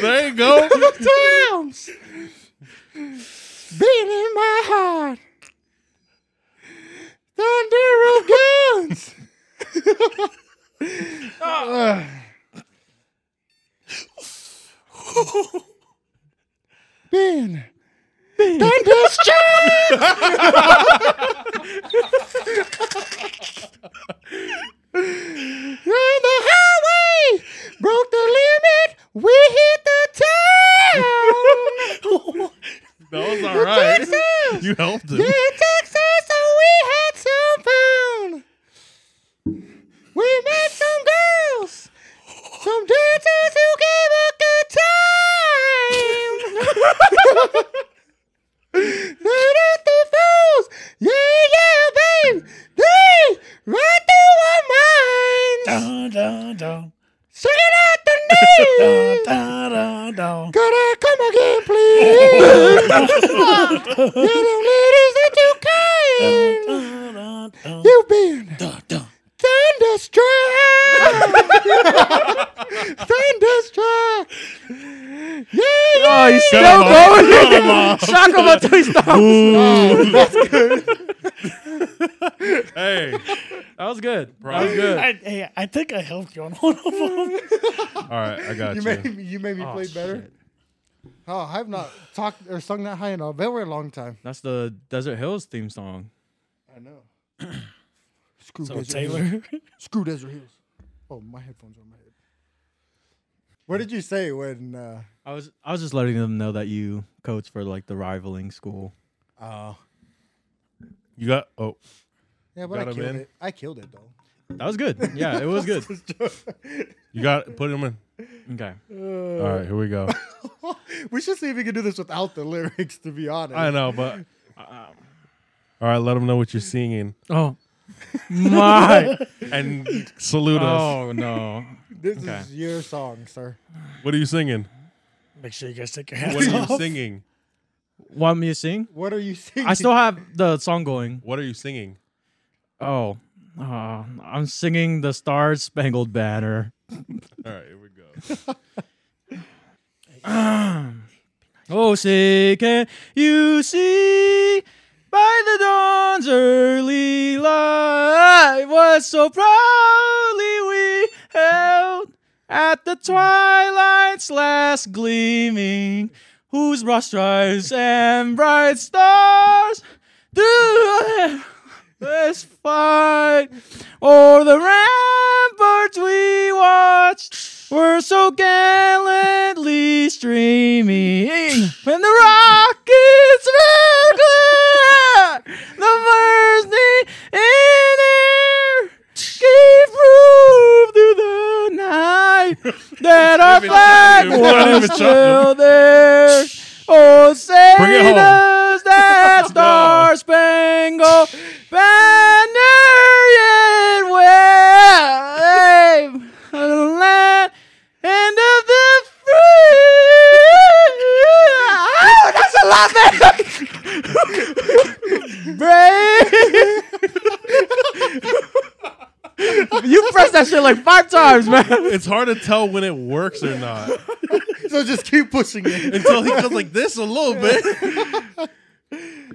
S3: There you go.
S2: Times beating in my heart, thunder of guns. Ugh. Been thunderstruck. on the highway, broke the limit, we hit the town.
S3: That was all right. You helped him.
S4: In Texas, oh, we had some fun. We met some girls, some dancers who gave a good time. Night at the falls, yeah, yeah, babe. They right through our minds.
S5: Dun, dun, dun.
S4: Shaking out the
S5: Dun,
S4: knees.
S5: dun, dun, dun.
S4: Could I come again, please? yeah, them ladies that you kind.
S5: Dun, dun, dun,
S4: You've been
S5: dun, dun.
S4: thunderstruck. thunderstruck. Yeah, yeah.
S8: he's still
S3: him off. Cut him
S8: going.
S3: off.
S8: Shock him until he stops.
S3: Hey,
S8: That was good. That was
S3: Right.
S8: good.
S5: I, hey, I think I helped you on one of them.
S3: all right, I got you.
S4: You made me, you made me
S8: Oh,
S4: play better.
S8: shit.
S4: Oh, I've not talked or sung that high in a very long time.
S8: That's the Desert Hills theme song.
S4: I know. Screw
S5: So
S4: Desert Hills.
S5: Taylor,
S4: Screw Desert Hills. Oh, my headphones are on my head. What did you say when? uh
S8: I was I was just letting them know that you coach for like the rivaling school.
S4: Oh,
S3: You got oh,
S4: yeah, but
S3: Got
S4: I
S3: him
S4: killed
S3: in?
S4: it. I killed it though.
S8: That was good. Yeah, it was good.
S3: you got put him in.
S8: Okay.
S3: All right, here we go.
S4: We should see if we can do this without the lyrics. To be honest,
S3: I know, but all right, let him know what you're singing
S8: Oh my.
S3: and salute us.
S8: Oh no.
S4: This
S8: Okay.
S4: is your song, sir.
S3: What are you singing?
S5: make sure you guys take your hats
S3: What are you
S5: off.
S3: singing?
S8: Want me to sing?
S4: What are you singing?
S8: I still have the song going.
S3: What are you singing?
S8: Oh. Uh, I'm singing the Star Spangled Banner.
S3: All right, here we go.
S8: Oh, say can you see by the dawn's early light what so proudly we held at the twilight's last gleaming, whose broad stripes and bright stars do this fight o'er the ramparts we watched were so gallantly streaming when the rockets fell glare the bursting in air gave proof through the night that our
S3: Leave it alone,
S8: flag
S3: dude. Leave
S8: was
S3: it
S8: still there oh say
S3: Bring it home.
S8: does that star spangled banner yet wave on the land and of the free. Oh, that's a lot, man. Brave. you pressed that shit like five times, man.
S3: It's hard to tell when it works or not
S4: so just keep pushing it.
S3: until he goes like this a little bit.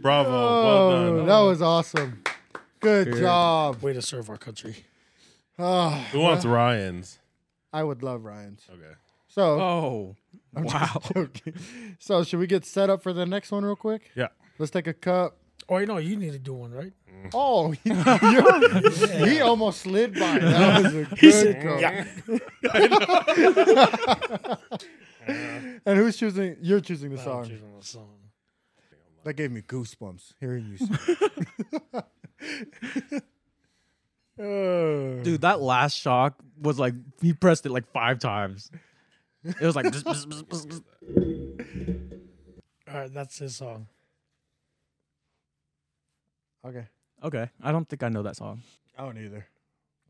S3: Bravo, well
S4: Oh,
S3: done.
S4: that was awesome. Good job.
S5: Way to serve our country.
S4: Oh,
S3: Who wants Ryan's?
S4: I would love Ryan's.
S3: Okay.
S4: So,
S8: Oh, wow.
S4: okay. so should we get set up for the next one real quick?
S3: Yeah.
S4: Let's take a cup.
S5: Or Oh, you know, you need to do one, right?
S4: Oh, you're- he almost slid by. That was a
S5: He
S4: good
S5: said,
S4: cup.
S5: yeah.
S4: And who's choosing? You're choosing the
S5: I'm
S4: song.
S5: choosing the song.
S4: That gave me goosebumps hearing you. Sing. Oh.
S8: Dude, that last shock was like he pressed it like five times. It was like bzz, bzz, bzz, bzz, bzz.
S5: All right, that's his song.
S4: Okay.
S8: okay. I don't think I know that song.
S4: I don't either,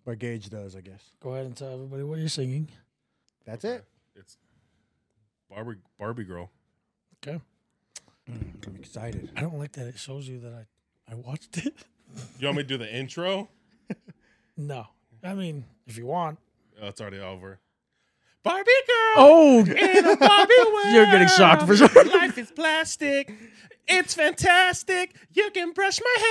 S4: but Gage does, I guess.
S5: Go ahead and tell everybody what you're singing.
S4: That's it.
S3: It's Barbie Barbie girl.
S5: Okay.
S4: I'm excited.
S5: I don't like that it shows you that I, I watched it.
S3: You want me to do the intro?
S5: No. I mean, if you want.
S3: Oh, it's already over. Barbie girl.
S8: Oh,
S3: Barbie
S8: you're getting shocked for sure.
S3: Life is plastic. It's fantastic. You can brush my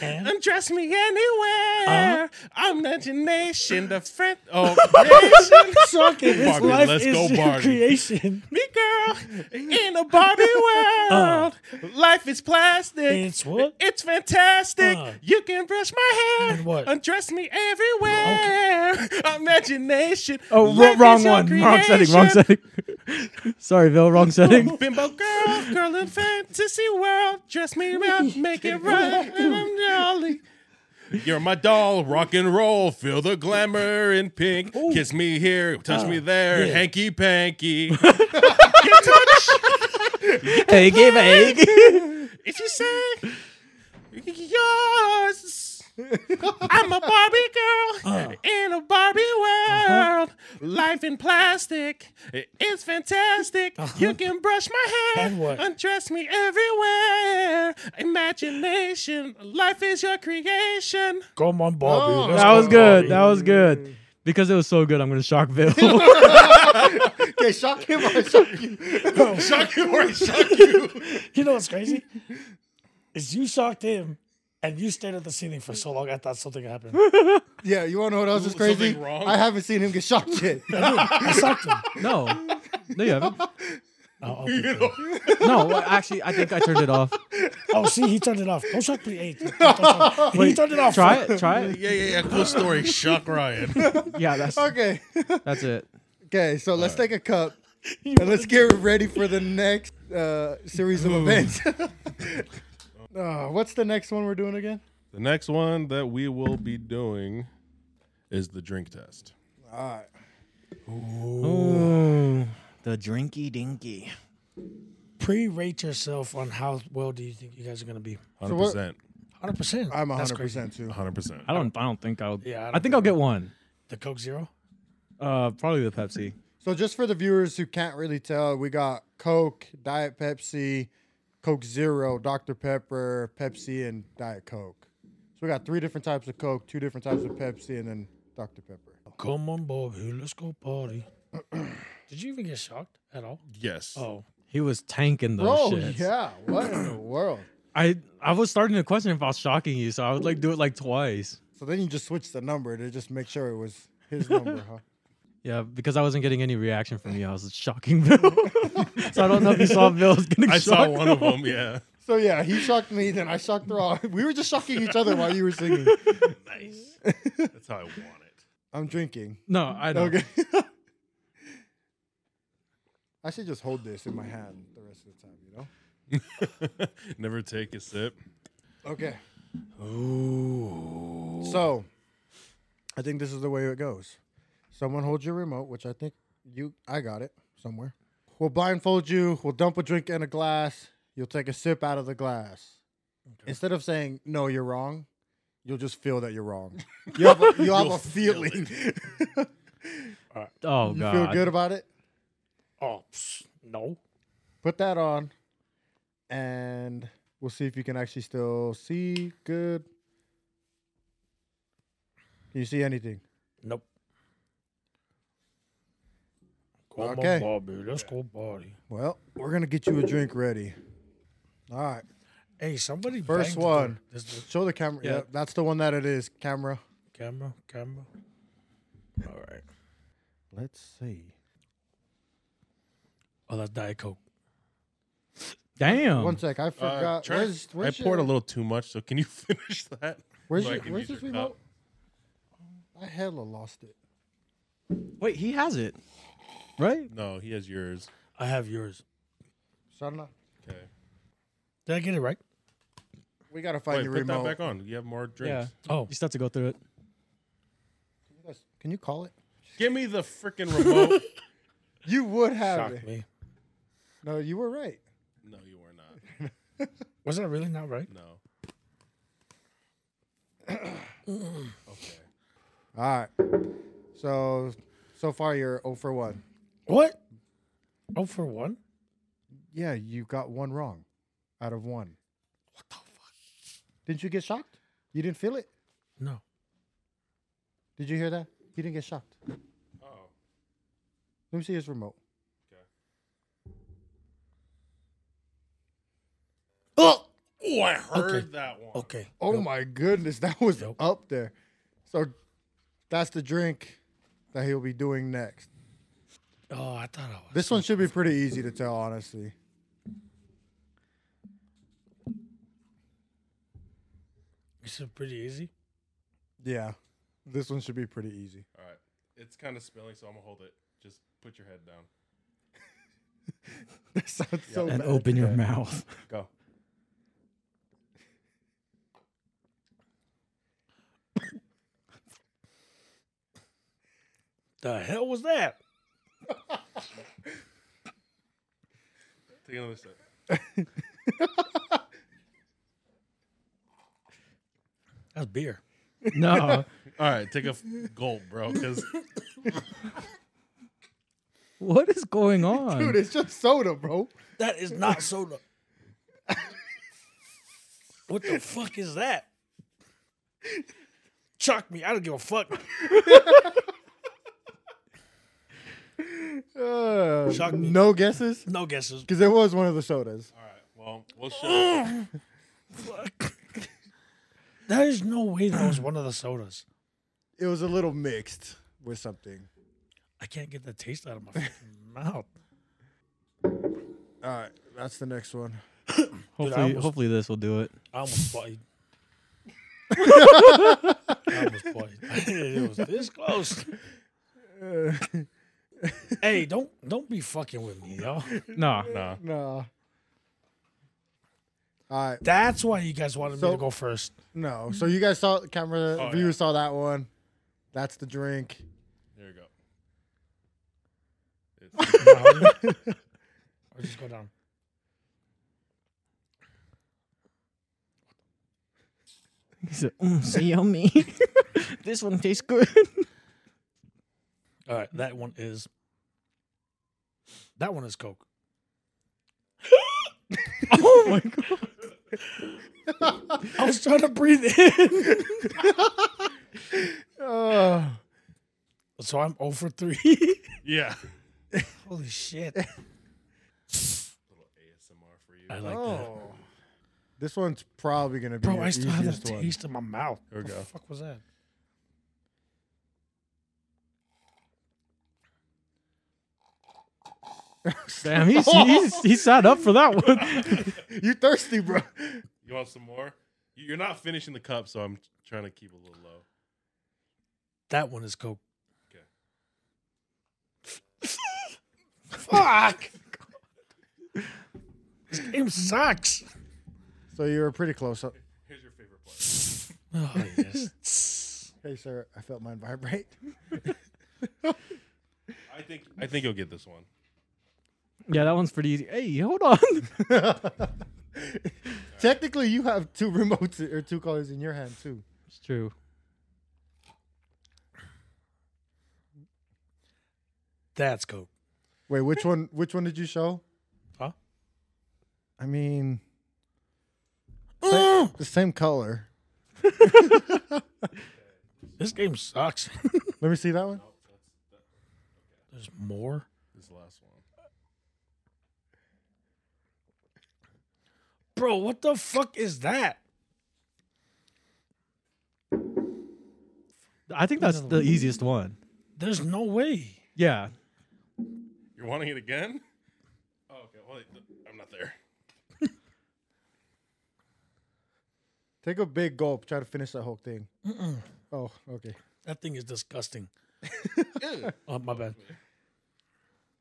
S3: hair
S5: And?
S3: and, dress me anywhere.
S5: Uh-huh.
S3: I'm the nation, the friend. Oh, nation.
S5: Suck it.
S3: This Barbie, life let's is go, your Barbie.
S5: creation.
S3: me girl in a Barbie world. Life Uh. is plastic.
S5: It's what?
S3: It's fantastic.
S5: Uh.
S3: you can brush my hair
S5: And what?
S3: dress me everywhere. Imagination.
S8: Oh, wr-
S3: Life is
S8: wrong
S3: your
S8: one. Wrong setting. Wrong
S3: creation.
S8: setting.
S1: Sorry, Bill, wrong setting.
S3: Bimbo girl, girl in fantasy world, dress me up, make it right, and I'm jolly. You're my doll, rock and roll, feel the glamour in pink. Kiss me here, touch me there, hanky panky. Get touch
S1: Hey, give
S3: if you say yours. I'm a Barbie girl
S5: Uh.
S3: in a Barbie
S5: Uh-huh.
S3: world. Life in plastic, it's fantastic. You can brush my hair,
S5: Uh-huh. And what?
S3: undress me everywhere. Imagination, life is your creation.
S5: Come on, Bobby.
S4: Oh.
S5: Let's
S1: That was
S5: go,
S1: good.
S5: Bobby.
S1: That was good. Because it was so good, I'm gonna shock Bill.
S4: Okay, shock him or I shock you.
S3: Shock you or shock
S5: You know what's crazy? Is you shocked him and you stared at the ceiling for so long I thought something happened.
S4: Yeah, you wanna know what else is crazy?
S3: Something wrong?
S4: I haven't seen him get shocked yet.
S5: I shocked him.
S1: no, no, you haven't.
S5: Oh, okay.
S1: No, well, actually, I think I turned it off.
S5: oh, see, he turned it off. Don't shock me. Hey, don't- don't shock me. he turned it off.
S1: Try it. Try it.
S3: Yeah, yeah, yeah. Cool story. Shock Ryan.
S1: Yeah, that's
S4: okay.
S1: that's it.
S4: Okay, so let's take a cup and let's get ready for the next uh, series of events. Uh, what's the next one we're doing again?
S3: The next one that we will be doing is the drink test.
S1: The drinky dinky.
S5: Pre-rate yourself on how well do you think you guys are going to be.
S3: 100%.
S4: what-
S5: 100%.
S4: I'm
S5: That's
S4: 100
S5: crazy.
S4: percent too.
S3: 100%.
S1: I don't. I don't think I'll.
S5: Yeah, I
S1: Yeah,
S5: don't
S1: I, think I'll get one.
S5: The Coke Zero?
S1: Uh, probably the Pepsi.
S4: So just for the viewers who can't really tell, we got Coke, Diet Pepsi, Coke Zero, Dr Pepper, Pepsi, and Diet Coke. So we got three different types of Coke, two different types of Pepsi, and then Dr Pepper.
S5: Come on, Bobby. Let's go party. Did you even get shocked at all?
S3: Yes.
S5: Oh.
S1: He was tanking those
S4: Bro,
S1: shits.
S4: Oh, yeah, what in the world?
S1: I I was starting to question if I was shocking you, so I would like do it like twice.
S4: So then you just switch the number to just make sure it was his number, huh?
S1: Yeah, because I wasn't getting any reaction from you. I was shocking Bill. so I don't know if you saw Bill's getting
S3: I
S1: shocked.
S3: saw one of them. Yeah.
S4: So yeah, he shocked me, then I shocked her all. We were just shocking each other while you were singing.
S3: Nice. That's how I want it.
S4: I'm drinking.
S1: No, I don't.
S4: Okay. I should just hold this in my hand the rest of the time, you know?
S3: Never take a sip.
S4: Okay. Ooh. So, I think this is the way it goes. Someone holds your remote, which I think you, I got it somewhere. We'll blindfold you. We'll dump a drink in a glass. You'll take a sip out of the glass. Instead of saying no, you're wrong, you'll just feel that you're wrong. You have a, you have a feeling.
S1: Oh
S4: you
S1: god.
S4: feel good about it.
S5: Oh, psh, no.
S4: Put that on, and we'll see if you can actually still see good. Can you see anything?
S5: Nope. Come
S4: Okay.
S5: on, Bobby. Let's go party.
S4: Well, we're gonna get you a drink ready. All right,
S5: Hey, somebody.
S4: First
S5: banged the-
S4: one.
S5: This the
S4: show the camera. Yeah,
S1: Yeah.
S4: that's the one that it is. Camera.
S5: camera, camera. All right.
S4: Let's see.
S5: Oh, that's Diet Coke. Um,
S1: Damn.
S4: One sec, I
S3: Uh,
S4: forgot.
S3: Trent,
S4: where's, where's
S3: I poured a
S4: your-
S3: little too much, so can you finish that?
S4: Where's,
S3: so I
S4: your,
S3: can
S4: where's
S3: use
S4: this
S3: your
S4: remote?
S3: cup?
S4: I hella lost it.
S1: Wait, he has it. Right?
S3: No, he has yours.
S5: I have yours.
S4: Sana,
S3: Okay.
S5: Did I get it right?
S4: we gotta find
S3: Wait,
S4: your
S3: put
S4: remote.
S3: that back on. You have more
S1: Yeah.
S3: drinks.
S5: Oh,
S1: You still have to go through it.
S4: Yes. Can you call it?
S3: Give me the freaking remote.
S4: You would have
S5: shocked
S4: it.
S5: me.
S4: No, you were right.
S3: no, you are not.
S5: Was that really not right?
S3: No. okay.
S4: All right. So, so far you're 0 for 1.
S5: What? Oh, for one?
S4: Yeah, you got one wrong out of one. What the fuck? Didn't you get shocked? You didn't feel it?
S5: No.
S4: Did you hear that? You didn't get shocked.
S3: Oh.
S4: Let me see his remote.
S5: Oh.
S3: Oh, I heard that one.
S5: Okay.
S4: Oh my goodness, that was
S5: Nope.
S4: up there. So that's the drink that he'll be doing next.
S5: Oh, I thought I was.
S4: This one should be pretty easy to tell, honestly.
S5: This is pretty easy.
S4: Yeah. This one should be pretty easy.
S3: All right. It's kind of spilling, so I'm gonna hold it. Just put your head down.
S4: That sounds so
S1: and
S4: bad.
S1: open your mouth.
S3: Go.
S5: The hell was that?
S3: Take another sip.
S5: That's beer.
S1: No.
S3: All right, take a f- gulp, bro. Because
S1: what is going on?
S4: Dude, it's just soda, bro.
S5: That is not soda. what the fuck is that? Chuck me. I don't give a fuck.
S4: Uh,
S5: Shock me.
S4: no guesses?
S5: No guesses.
S4: Because it was one of the sodas.
S3: all right, well, we'll shut. up.
S5: Fuck. There is no way that was one of the sodas.
S4: It was a little mixed with something.
S5: I can't get the taste out of my fucking mouth.
S4: All right, that's the next one.
S1: Hopefully,
S5: almost-
S1: hopefully this will do it.
S5: I almost bite. I almost bite. it was this close.
S4: Uh,
S5: hey, don't don't be fucking with me, y'all.
S1: Nah.
S3: Nah.
S4: Nah. All right,
S5: That's why you guys wanted me
S4: So-
S5: to go first.
S4: no. So you guys saw camera
S3: Oh,
S4: viewers
S3: yeah.
S4: saw that one. That's the drink.
S3: There you go.
S5: or just go down.
S9: Mm, so yummy. this one tastes good.
S5: All right, that one is. That one is Coke.
S9: oh my god.
S5: I was trying to breathe in.
S4: Uh,
S5: So I'm 0 for 3.
S3: Yeah.
S5: Holy shit.
S3: little ASMR for you.
S5: I like that.
S4: oh. This one's probably going to be
S5: Bro,
S4: your
S5: I still have
S4: easiest
S5: that
S4: one.
S5: taste in my mouth.
S3: Here we
S5: What the
S3: go.
S5: fuck was that?
S1: Damn, he's, he's, he sat up for that one.
S4: You thirsty, bro.
S3: You want some more? You- You're not finishing the cup, so I'm trying to keep a little low.
S5: That one is Coke.
S3: Okay.
S5: Fuck. this game sucks.
S4: So you were pretty close up.
S3: Here's your favorite part.
S5: Oh, yes.
S4: Hey, sir, I felt mine vibrate.
S3: I think I think you'll get this one.
S1: yeah, that one's pretty easy. Hey, hold on.
S4: Technically, you have two remotes or two colors in your hand too.
S1: It's true.
S5: That's Coke.
S4: Wait, which one? Which one did you show?
S5: Huh?
S4: I mean, sa- the same color.
S5: This game sucks.
S4: Let me see that one.
S5: There's more.
S3: This last one.
S5: Bro, what the fuck is that?
S1: I think that's the easiest one.
S5: There's no way.
S1: Yeah.
S3: You're wanting it again? Oh, okay. Well, th- I'm not there.
S4: Take a big gulp. Try to finish that whole thing. Oh, okay.
S5: That thing is disgusting. oh, my bad.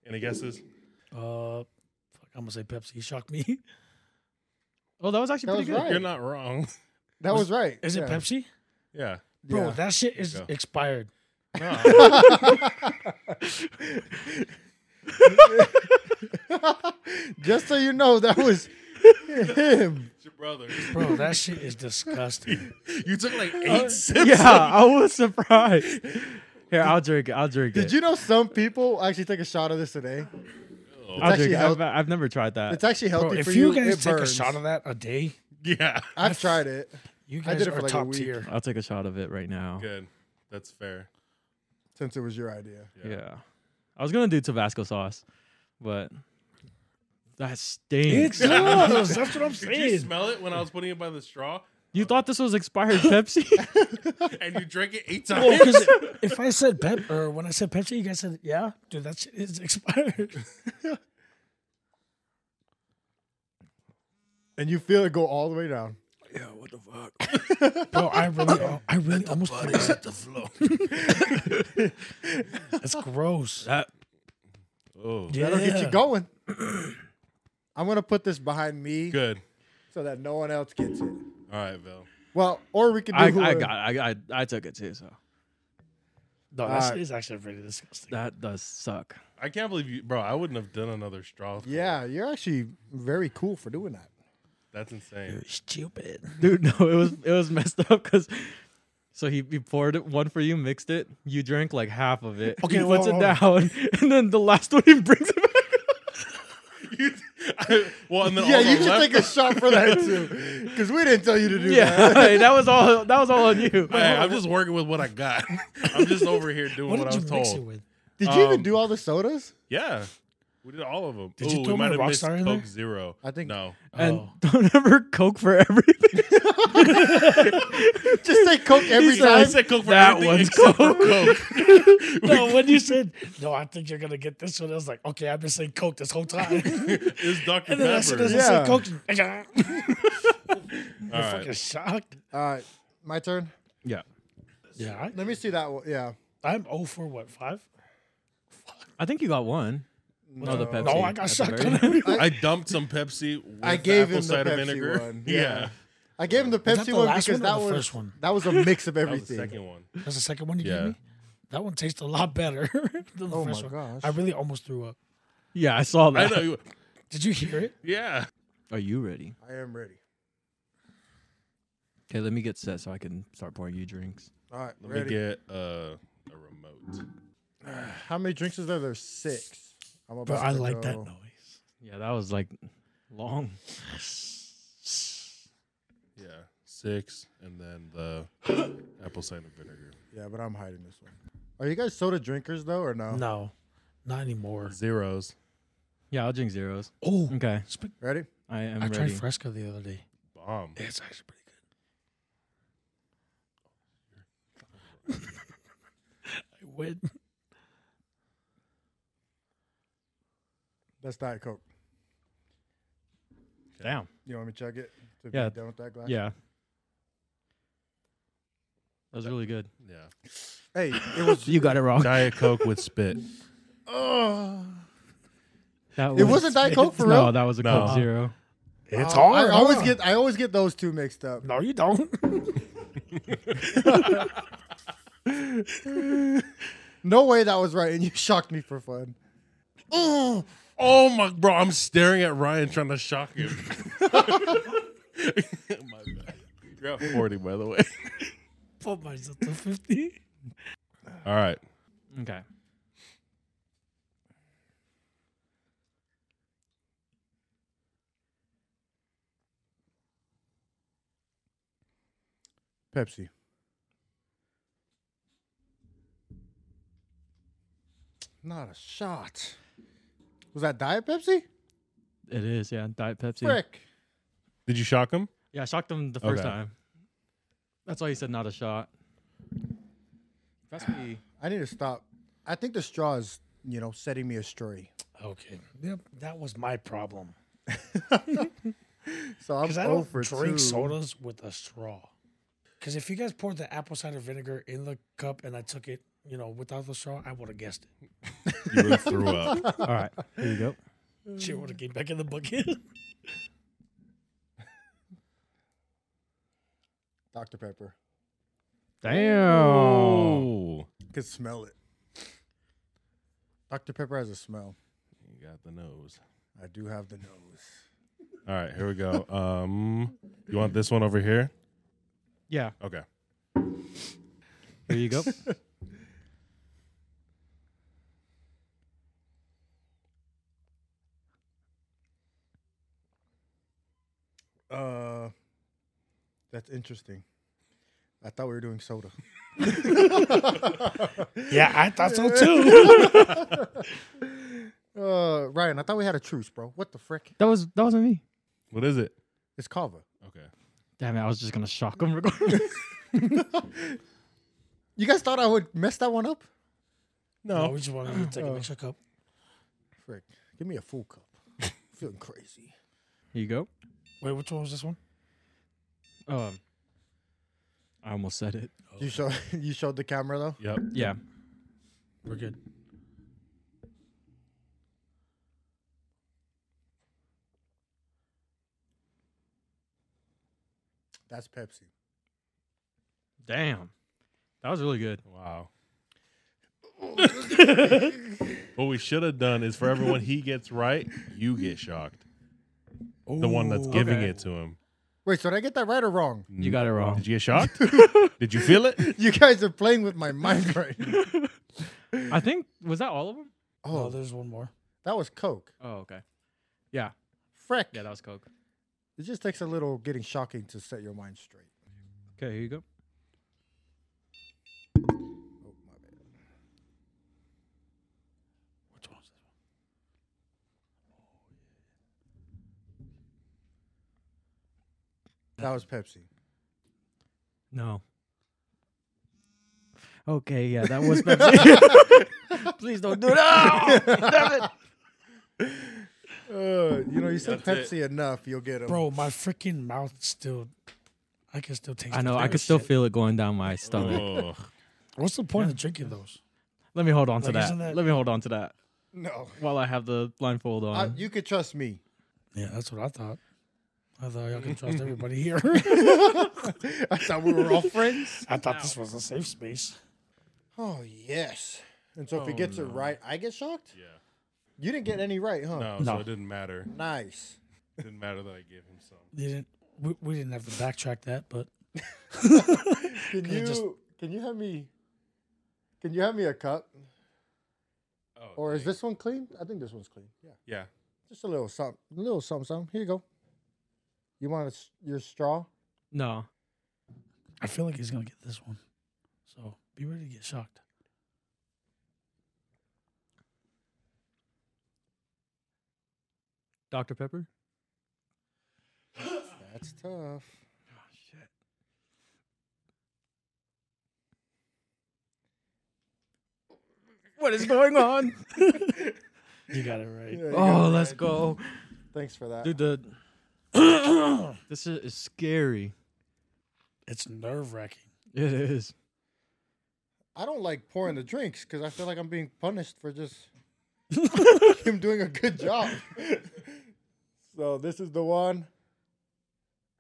S3: Any guesses?
S5: Uh, fuck, I'm gonna say Pepsi. You shocked me.
S1: Oh, that was actually
S4: That
S1: pretty
S4: was
S1: good.
S4: right.
S3: You're not wrong.
S4: That was, right.
S5: Is it
S4: yeah.
S5: Pepsi?
S3: Yeah.
S5: Bro,
S4: Yeah.
S5: that shit is
S3: go.
S5: expired.
S3: No.
S4: Just so you know, that was him.
S3: it's your brother.
S5: Bro, that shit is disgusting. Uh,
S3: You took like eight sips.
S1: Yeah, I was surprised. Here, I'll drink it. I'll drink
S4: Did
S1: it.
S4: you know some people actually take a shot of this today?
S1: I'll drink
S4: actually
S1: it. I've,
S4: health-
S1: I've never tried that.
S4: It's actually healthy
S5: Bro, if
S4: for
S5: you,
S4: you.
S5: guys
S4: it
S5: take
S4: burns.
S5: a shot of that a day,
S3: Yeah.
S4: I've tried it.
S5: you
S4: I
S5: guys
S4: did it for
S5: are
S4: like a
S5: top
S4: week.
S5: tier.
S1: I'll take a shot of it right now.
S3: Good. That's fair.
S4: Since it was your idea.
S1: Yeah. I was going to do Tabasco sauce, but that
S5: It
S1: stinks.
S5: does. That's what I'm
S3: Did you
S5: saying.
S3: smell it when I was putting it by the straw?
S1: you thought this was expired Pepsi?
S3: And you drank it eight
S5: Well,
S3: times.
S5: 'cause if I said Pep or when I said Pepsi, you guys said, "Yeah, dude, that shit is expired."
S4: And you feel it go all the way down.
S5: yeah, what the fuck, bro? I really, I really almost put it.
S3: the flow.
S5: That's gross.
S1: that
S3: Oh,
S4: That'll get you
S5: Yeah.
S4: going. I'm gonna put this behind me
S3: good.
S4: so that no one else gets it.
S3: All right, Bill.
S4: Well, or we could do.
S1: I, I
S4: whoever-
S1: got I, I I took it too, so
S5: No, that's
S4: Alright.
S5: it's actually pretty disgusting.
S1: that does suck.
S3: I can't believe you, bro. I wouldn't have done another straw.
S4: Yeah, you're actually very cool for doing that.
S3: that's insane.
S5: Stupid.
S1: Dude, no, it was it was messed up because so he, he poured it one for you, mixed it, you drank like half of it.
S5: Okay,
S1: he
S5: whoa,
S1: puts it
S5: whoa.
S1: down, and then the last one he brings it back.
S3: well, and then
S4: Yeah,
S3: all the
S4: you should
S3: left-
S4: take a shot for that too, because we didn't tell you to do
S1: yeah,
S4: that.
S1: hey, that was all that was all on you.
S3: Hey, I'm just working with what I got. I'm just over here doing what,
S5: What,
S3: I was
S5: did you mix it
S3: told.
S5: with?
S4: Did you even
S3: Um,
S4: do all the sodas?
S3: Yeah, we did all of them.
S5: Did you
S3: Ooh,
S5: throw
S3: we
S5: my
S3: might have
S5: rock
S3: missed
S5: star
S3: Coke
S5: in there?
S3: Zero.
S4: I think-
S3: no.
S1: And
S5: Oh.
S1: don't ever coke for everything.
S4: Just take Coke every
S1: He said,
S3: I
S4: time.
S3: said Coke for
S1: That
S3: everything
S1: one's
S3: except for Coke.
S5: No, when you said, no, I think you're going to get this one, I was like, okay, I've been saying Coke this whole time.
S3: It's Dr
S5: and then as soon
S3: Pepper.
S5: as
S4: Yeah.
S5: I said Coke, I'm
S3: All
S5: fucking
S3: right.
S5: shocked.
S4: All right, my turn.
S1: yeah,
S5: Yeah,
S4: Let me see that one. Yeah.
S5: I, I'm 0 for what, 5?
S1: I think you got one. No, the Pepsi.
S5: No, I
S1: at
S5: got
S1: the
S5: shocked
S1: very
S5: on
S1: end.
S5: every
S3: I dumped some Pepsi. With
S4: I gave
S3: apple
S4: him the
S3: cider
S4: Pepsi
S3: vinegar.
S4: one.
S3: Yeah.
S4: Yeah. I gave him the
S5: Was that
S4: Pepsi
S5: the
S4: one
S5: last
S4: because
S5: one or
S4: that
S5: the
S4: was
S5: first one?
S4: that was a mix of
S3: that was the
S4: everything.
S3: second one.
S5: That's the second one you
S3: Yeah.
S5: gave me? That one tastes a lot better than the
S4: Oh
S5: first
S4: my
S5: one.
S4: gosh.
S5: I really almost threw up.
S1: Yeah, I saw
S3: I
S1: that.
S3: know. you-
S5: Did you hear it?
S3: Yeah.
S1: Are you ready?
S4: I am ready.
S1: Okay, let me get set so I can start pouring you drinks.
S4: All right,
S3: Let
S4: ready.
S3: me get uh, a remote.
S4: How many drinks is there? There's six. I'm
S5: But
S4: about
S5: I
S4: to
S5: like that
S4: go-
S5: noise.
S1: Yeah, that was like long.
S3: Yeah. Six, and then the apple cider vinegar.
S4: Yeah, but I'm hiding this one. Are you guys soda drinkers though, or no?
S5: No, not anymore.
S3: Zeros.
S1: Yeah, I'll drink zeros.
S5: Oh,
S1: Okay,
S5: spe-
S4: Ready?
S1: I am
S5: I tried
S1: ready.
S5: Fresca the other day.
S3: Bomb.
S5: It's actually pretty good. I win.
S4: That's Diet Coke.
S1: Damn.
S4: You want me to chug it? To
S1: Yeah.
S4: Be done with that glass.
S1: Yeah. That was really good.
S3: Yeah.
S4: Hey, it was.
S1: You got it wrong.
S3: Diet Coke with spit. Oh.
S4: Ugh.
S1: That
S4: it wasn't Diet Coke for real.
S1: No, that was a
S3: No.
S1: Coke Zero.
S5: It's
S4: Oh,
S5: hard.
S4: I always
S5: huh?
S4: get I always get those two mixed up.
S5: No, you don't.
S4: No way that was right, and you shocked me for fun.
S3: Oh my, bro! I'm staring at Ryan trying to shock him. my bad. You're at 40, by the way.
S5: Put myself to fifty.
S3: All right.
S1: Okay.
S4: Pepsi. Not a shot. Was that Diet Pepsi?
S1: It is, yeah. Diet Pepsi.
S4: Frick.
S3: Did you shock him?
S1: Yeah, I shocked him the first
S3: Okay.
S1: time. That's why he said not a shot. That's me.
S4: I need to stop. I think the straw is, you know, setting me astray.
S5: Okay. Yep. That was my problem
S4: So I'm
S5: because I
S4: 0
S5: don't
S4: for
S5: drink
S4: two.
S5: sodas with a straw. Because if you guys poured the apple cider vinegar in the cup and I took it, you know, without the straw, I would have guessed it.
S3: You would have threw up.
S1: All right. Here you go.
S5: She would have came back in the bucket.
S4: Dr. Pepper.
S1: Damn.
S3: Oh,
S4: Could smell it. Dr. Pepper has a smell.
S3: you got the nose.
S4: I do have the nose.
S3: All right, here we go. Um, you want this one over here?
S1: Yeah.
S3: Okay.
S1: Here you go.
S4: Uh, that's interesting. I thought we were doing soda.
S5: yeah, I thought so too.
S4: Uh, Ryan, I thought we had a truce, bro. What the frick?
S1: that was that wasn't me.
S3: What is it?
S4: It's Kava.
S3: Okay.
S1: Damn it, I was just gonna shock him regardless.
S4: You guys thought I would mess that one up?
S5: no, we just wanted to take an extra cup.
S4: Frick, give me a full cup. Feeling crazy.
S1: Here you go.
S5: Wait, which one was this one?
S1: Um I almost said it.
S4: You show you showed the camera though.
S3: Yep.
S1: Yeah.
S5: We're good.
S4: That's Pepsi.
S1: Damn. That was really good.
S3: Wow. what we should have done is for everyone he gets right, you get shocked. the one that's giving
S1: okay.
S3: it to him.
S4: Wait, so did I get that right or wrong?
S1: You got it wrong.
S3: Did you get shocked? Did you feel it?
S4: You guys are playing with my mind right now.
S1: I think was that all of them?
S5: Oh,
S4: Oh,
S5: there's one more.
S4: that was Coke.
S1: Oh, okay.
S4: Freck.
S1: Yeah, that was Coke.
S4: It just takes a little getting shocking to set your mind straight.
S1: Okay, here you go.
S4: Oh, my bad.
S5: Which one's this one?
S4: That was Pepsi.
S1: No.
S9: Okay, yeah, that was Pepsi. Please don't do that.
S4: Uh, you know, you say
S3: That's
S4: Pepsi enough, you'll get them.
S5: Bro, my freaking mouth still. I can still taste.
S1: I
S5: the
S1: know. I
S5: flavor
S1: could still
S5: shit.
S1: feel it going down my stomach.
S3: Oh,
S5: What's the point of drinking those?
S1: Let me hold on to
S5: Like,
S1: that.
S5: isn't that-
S1: Let me hold on to that
S4: No.
S1: while I have the blindfold on.
S4: I, you could trust me.
S5: Yeah, that's what I thought. I thought y'all can trust everybody here.
S4: I thought we were all friends.
S5: I thought this was a safe space.
S4: Oh, yes. And so if he gets it right, I get shocked?
S3: yeah.
S4: You didn't get any right, huh?
S3: No, so it didn't matter.
S4: Nice.
S3: It didn't matter that I gave him some.
S5: You didn't. We, we didn't have to backtrack that, but
S4: Can
S5: Yeah,
S4: you
S5: just-
S4: can you have me can you have me a cup?
S3: Oh,
S4: Or is this one clean? I think this one's clean. Yeah.
S3: yeah.
S4: Just a little something. A little something, something. Here you go. You want a s your straw?
S1: no.
S5: I feel like he's gonna get this one. So be ready to get shocked.
S1: Dr. Pepper?
S4: That's tough.
S1: What is going on?
S5: You got it right.
S4: Yeah, you got
S1: oh,
S4: it
S1: let's
S4: right.
S1: go.
S4: Thanks for that.
S1: Dude, the This shit is scary.
S5: It's nerve wracking.
S1: It is.
S4: I don't like pouring the drinks because I feel like I'm being punished for just him doing a good job. so this is the one.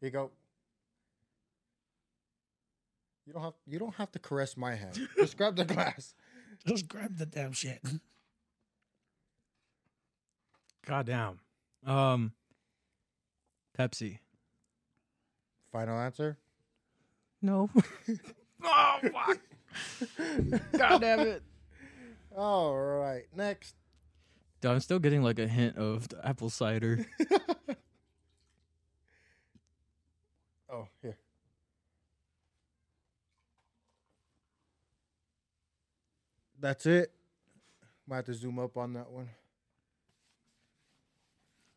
S4: Here you go. You don't have you don't have to caress my hand. Just grab the glass.
S5: Just grab the damn shit.
S1: Goddamn. Um Pepsi.
S4: Final answer.
S9: no.
S1: Oh fuck. God damn it.
S4: All right, next.
S1: Dude, I'm still getting like a hint of the apple cider.
S4: Oh, here. That's it. Might have to zoom up on that one.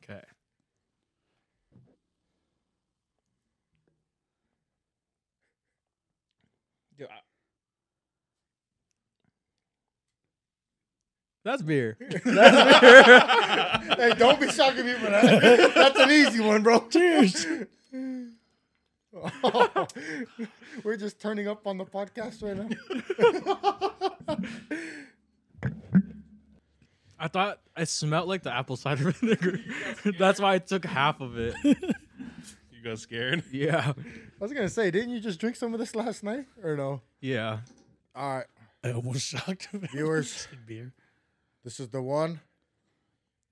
S1: Okay. That's beer.
S4: hey, don't be shocking me for that. That's an easy one, bro. Cheers. We're just turning up on the podcast right now.
S1: I thought it smelled like the apple cider vinegar. That's why I took half of it.
S3: You got scared?
S1: Yeah.
S4: I was gonna say, didn't you just drink some of this last night, or no?
S1: Yeah.
S4: All right,
S5: I almost shocked him.
S4: Viewers.
S5: Said beer.
S4: this is the one.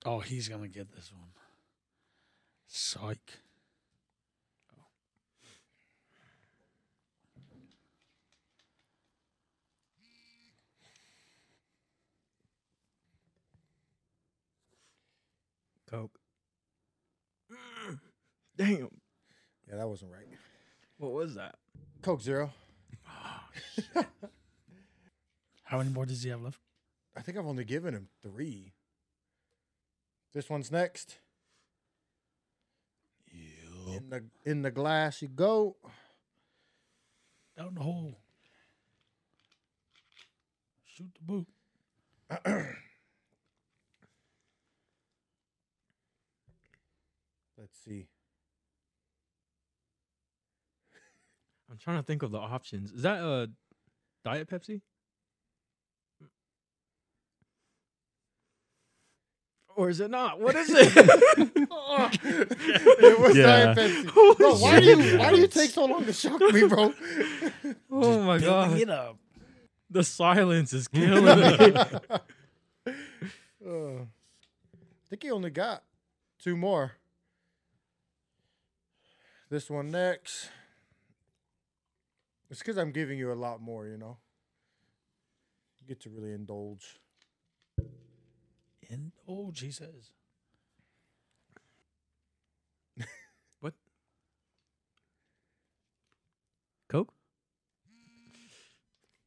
S5: Oh, he's gonna get this one. Psych.
S1: Coke.
S9: Damn.
S4: Yeah, that wasn't right.
S1: What was that?
S4: Coke Zero.
S5: How many more does he have left?
S4: I think I've only given him three. This one's next. In the in the glass you go.
S5: Down the hole. Shoot the boot.
S4: Let's see.
S1: I'm trying to think of the options. Is that
S7: uh,
S1: a diet Pepsi?
S9: or is it not? What is it?
S4: It was
S7: Yeah.
S4: not Pepsi. Bro, why do you why do you take so long to shock me, bro?
S9: oh my
S5: Building
S9: god.
S5: it up.
S7: The silence is killing me.
S4: Uh, I think he only got two more. This one next. It's because I'm giving you a lot more, you know. You get to really indulge.
S5: And oh, Jesus.
S7: Coke?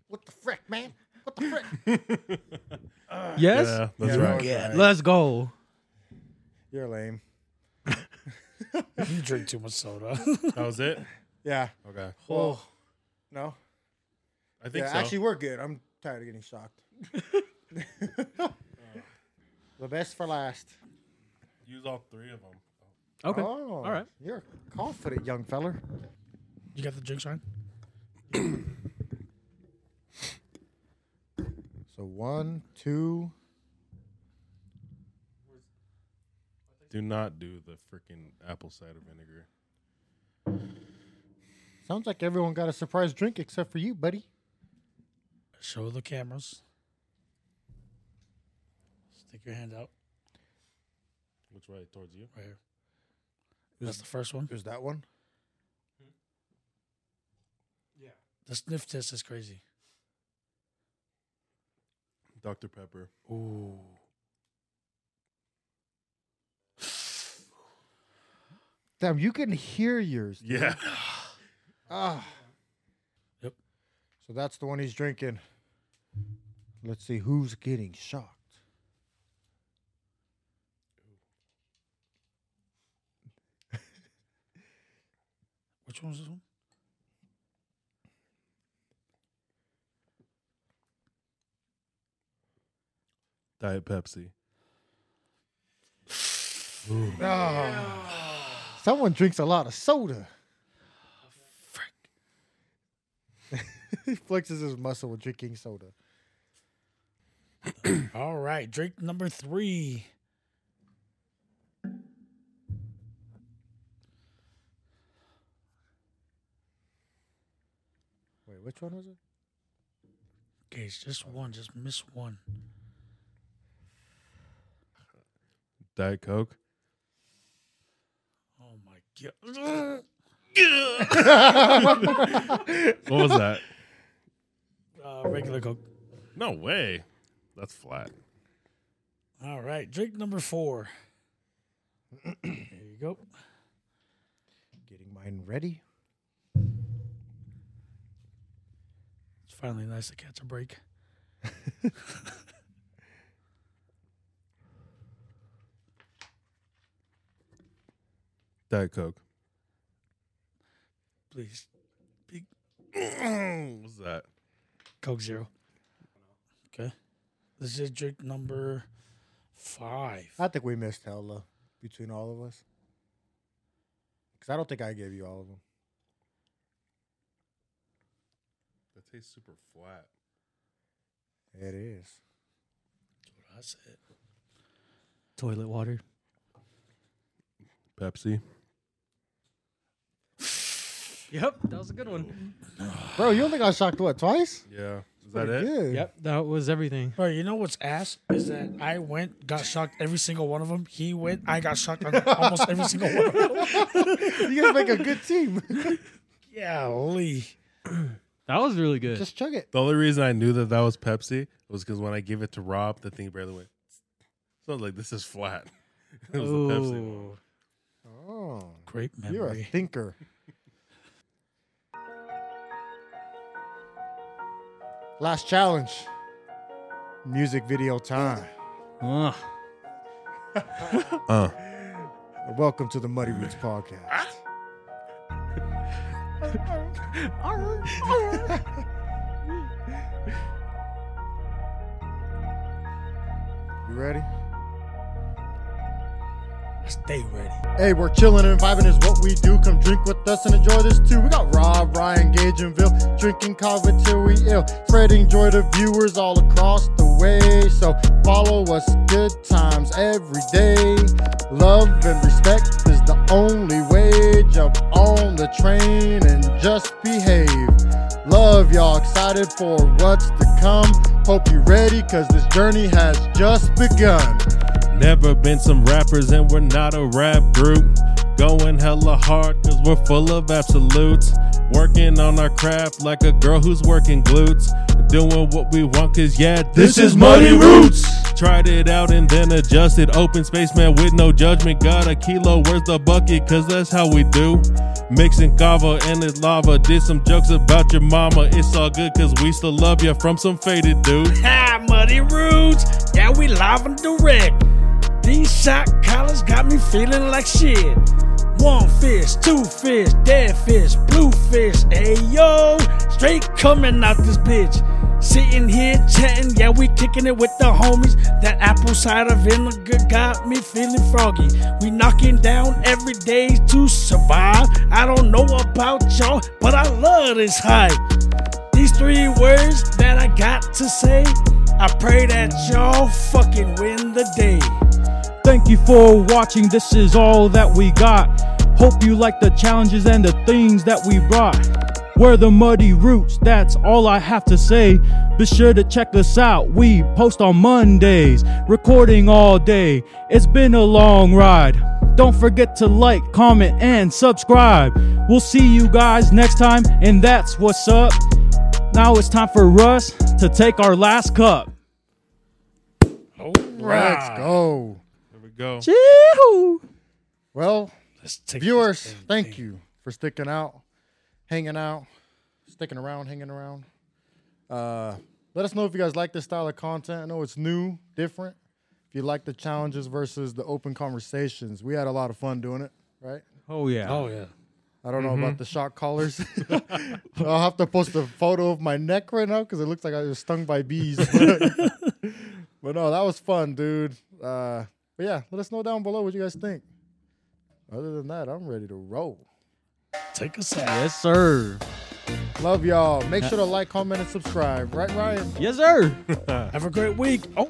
S4: What the frick, man? What the frick?
S7: Yes?
S3: Uh, Yeah, that's right.
S4: Yeah, no, it's alright.
S7: Let's go.
S4: You're lame.
S5: You drink too much soda.
S3: That was it.
S4: Yeah.
S3: Okay,
S4: Well, no.
S3: I think
S4: Yeah,
S3: so.
S4: actually, we're good. I'm tired of getting shocked. the best for last.
S3: Use all three of them.
S7: Okay.
S4: Oh,
S7: All right.
S4: You're confident, young feller.
S5: you got the drink sign?
S4: So one, two.
S3: Do not do the freaking apple cider vinegar.
S4: Sounds like everyone got a surprise drink except for you, buddy.
S5: Show the cameras. Stick your hand out
S3: Which way? Towards you?
S5: right here. That's the first one.
S4: There's that one.
S5: The sniff test is crazy.
S3: Dr. Pepper.
S5: Ooh.
S4: Damn, you can hear yours.
S3: Yeah.
S4: Ah.
S5: Yep.
S4: So that's the one he's drinking. Let's see who's getting shocked.
S5: Which one was this one?
S3: Diet Pepsi.
S4: Ah. Someone drinks a lot of soda. he flexes his muscle with drinking soda.
S5: All right, drink number three.
S4: Wait, which one was it?
S5: Okay, it's just one. Just miss one.
S3: Diet Coke.
S5: Oh my god.
S3: What was that?
S5: Uh, regular Coke.
S3: no way. That's flat.
S5: All right, drink number four. there you go.
S4: Getting mine ready.
S5: It's finally nice to catch a break.
S3: Diet Coke.
S5: Please, big
S3: what was that?
S5: Coke Zero. Okay, this is drink number five.
S4: I think we missed hella between all of us. Because I don't think I gave you all of them.
S3: That tastes super flat.
S4: It is.
S5: That's it.
S7: Toilet water.
S3: Pepsi.
S7: Yep. That was a good one.
S4: Bro, you only got shocked, what, twice?
S3: Yeah. Is that it?
S4: Pretty good.
S7: Yep. That was everything.
S5: Bro, you know what's ass is that I went, got shocked every single one of them. He went, I got shocked on almost every single one of them.
S4: You guys make a good team.
S5: Yeah, holy.
S7: That was really good.
S4: Just chug it.
S3: The only reason I knew that that was Pepsi was because when I gave it to Rob, the thing barely went. So I was like, this is flat. it was the Pepsi one.
S7: Ooh.
S4: Oh,
S5: Great memory.
S4: you're a thinker. Last challenge. Music video time.
S7: Ugh.
S3: Uh.
S4: Welcome to the Muddy Roots Podcast. You ready?
S5: Stay ready.
S4: Hey, we're chilling and vibing is what we do. Come drink with Dustin, enjoy this too. We got Rob, Ryan, Gage, and Vil drinking coffee till we ill, spreading joy to viewers all across the way. So follow us, good times every day. Love and respect is the only way. Jump on the train and just behave. Love y'all, excited for what's to come. Hope you're ready, cause this journey has just begun.
S3: Never been some rappers and we're not a rap group. Going hella hard cause we're full of absolutes. Working on our craft like a girl who's working glutes. Doing what we want cause yeah, this, is Muddy Roots. Tried it out and then adjusted. Open space man with no judgment. Got a kilo, where's the bucket? Cause that's how we do. Mixing kava and it's lava. Did some jokes about your mama. It's all good cause we still love ya from some faded dude.
S7: Ha, muddy roots. Yeah, we live and direct. These shot collars got me feeling like shit. One fish, two fish, dead fish, blue fish. Ayo, straight coming out this bitch. Sitting here chatting, yeah, we kicking it with the homies. That apple cider vinegar got me feeling froggy. We knocking down every day to survive. I don't know about y'all, but I love this hype. These three words that I got to say, I pray that y'all fucking win the day.
S1: Thank you for watching. This is all that we got. Hope you like the challenges and the things that we brought. We're the Muddy Roots, that's all I have to say. Be sure to check us out. We post on Mondays, recording all day. It's been a long ride. Don't forget to like, comment, and subscribe. We'll see you guys next time, and that's what's up. Now it's time for Russ to take our last cup.
S4: Let's go.
S3: There we go.
S4: Well,
S7: Let's take
S4: viewers, thank you for sticking out, hanging out, sticking around, hanging around. Uh, let us know if you guys like this style of content. I know it's new, different. If you like the challenges versus the open conversations, we had a lot of fun doing it, right?
S1: Oh, yeah.
S7: Oh yeah.
S4: I don't know about the shock collars. I'll have to post a photo of my neck right now because it looks like I was stung by bees. but no, that was fun, dude. Uh, but yeah, let us know down below what you guys think. Other than that, I'm ready to roll.
S7: Take us out.
S10: Yes, sir.
S4: Love y'all. Make sure to like, comment, and subscribe. Right, Ryan?
S10: Yes, sir.
S7: Have a great week. Oh.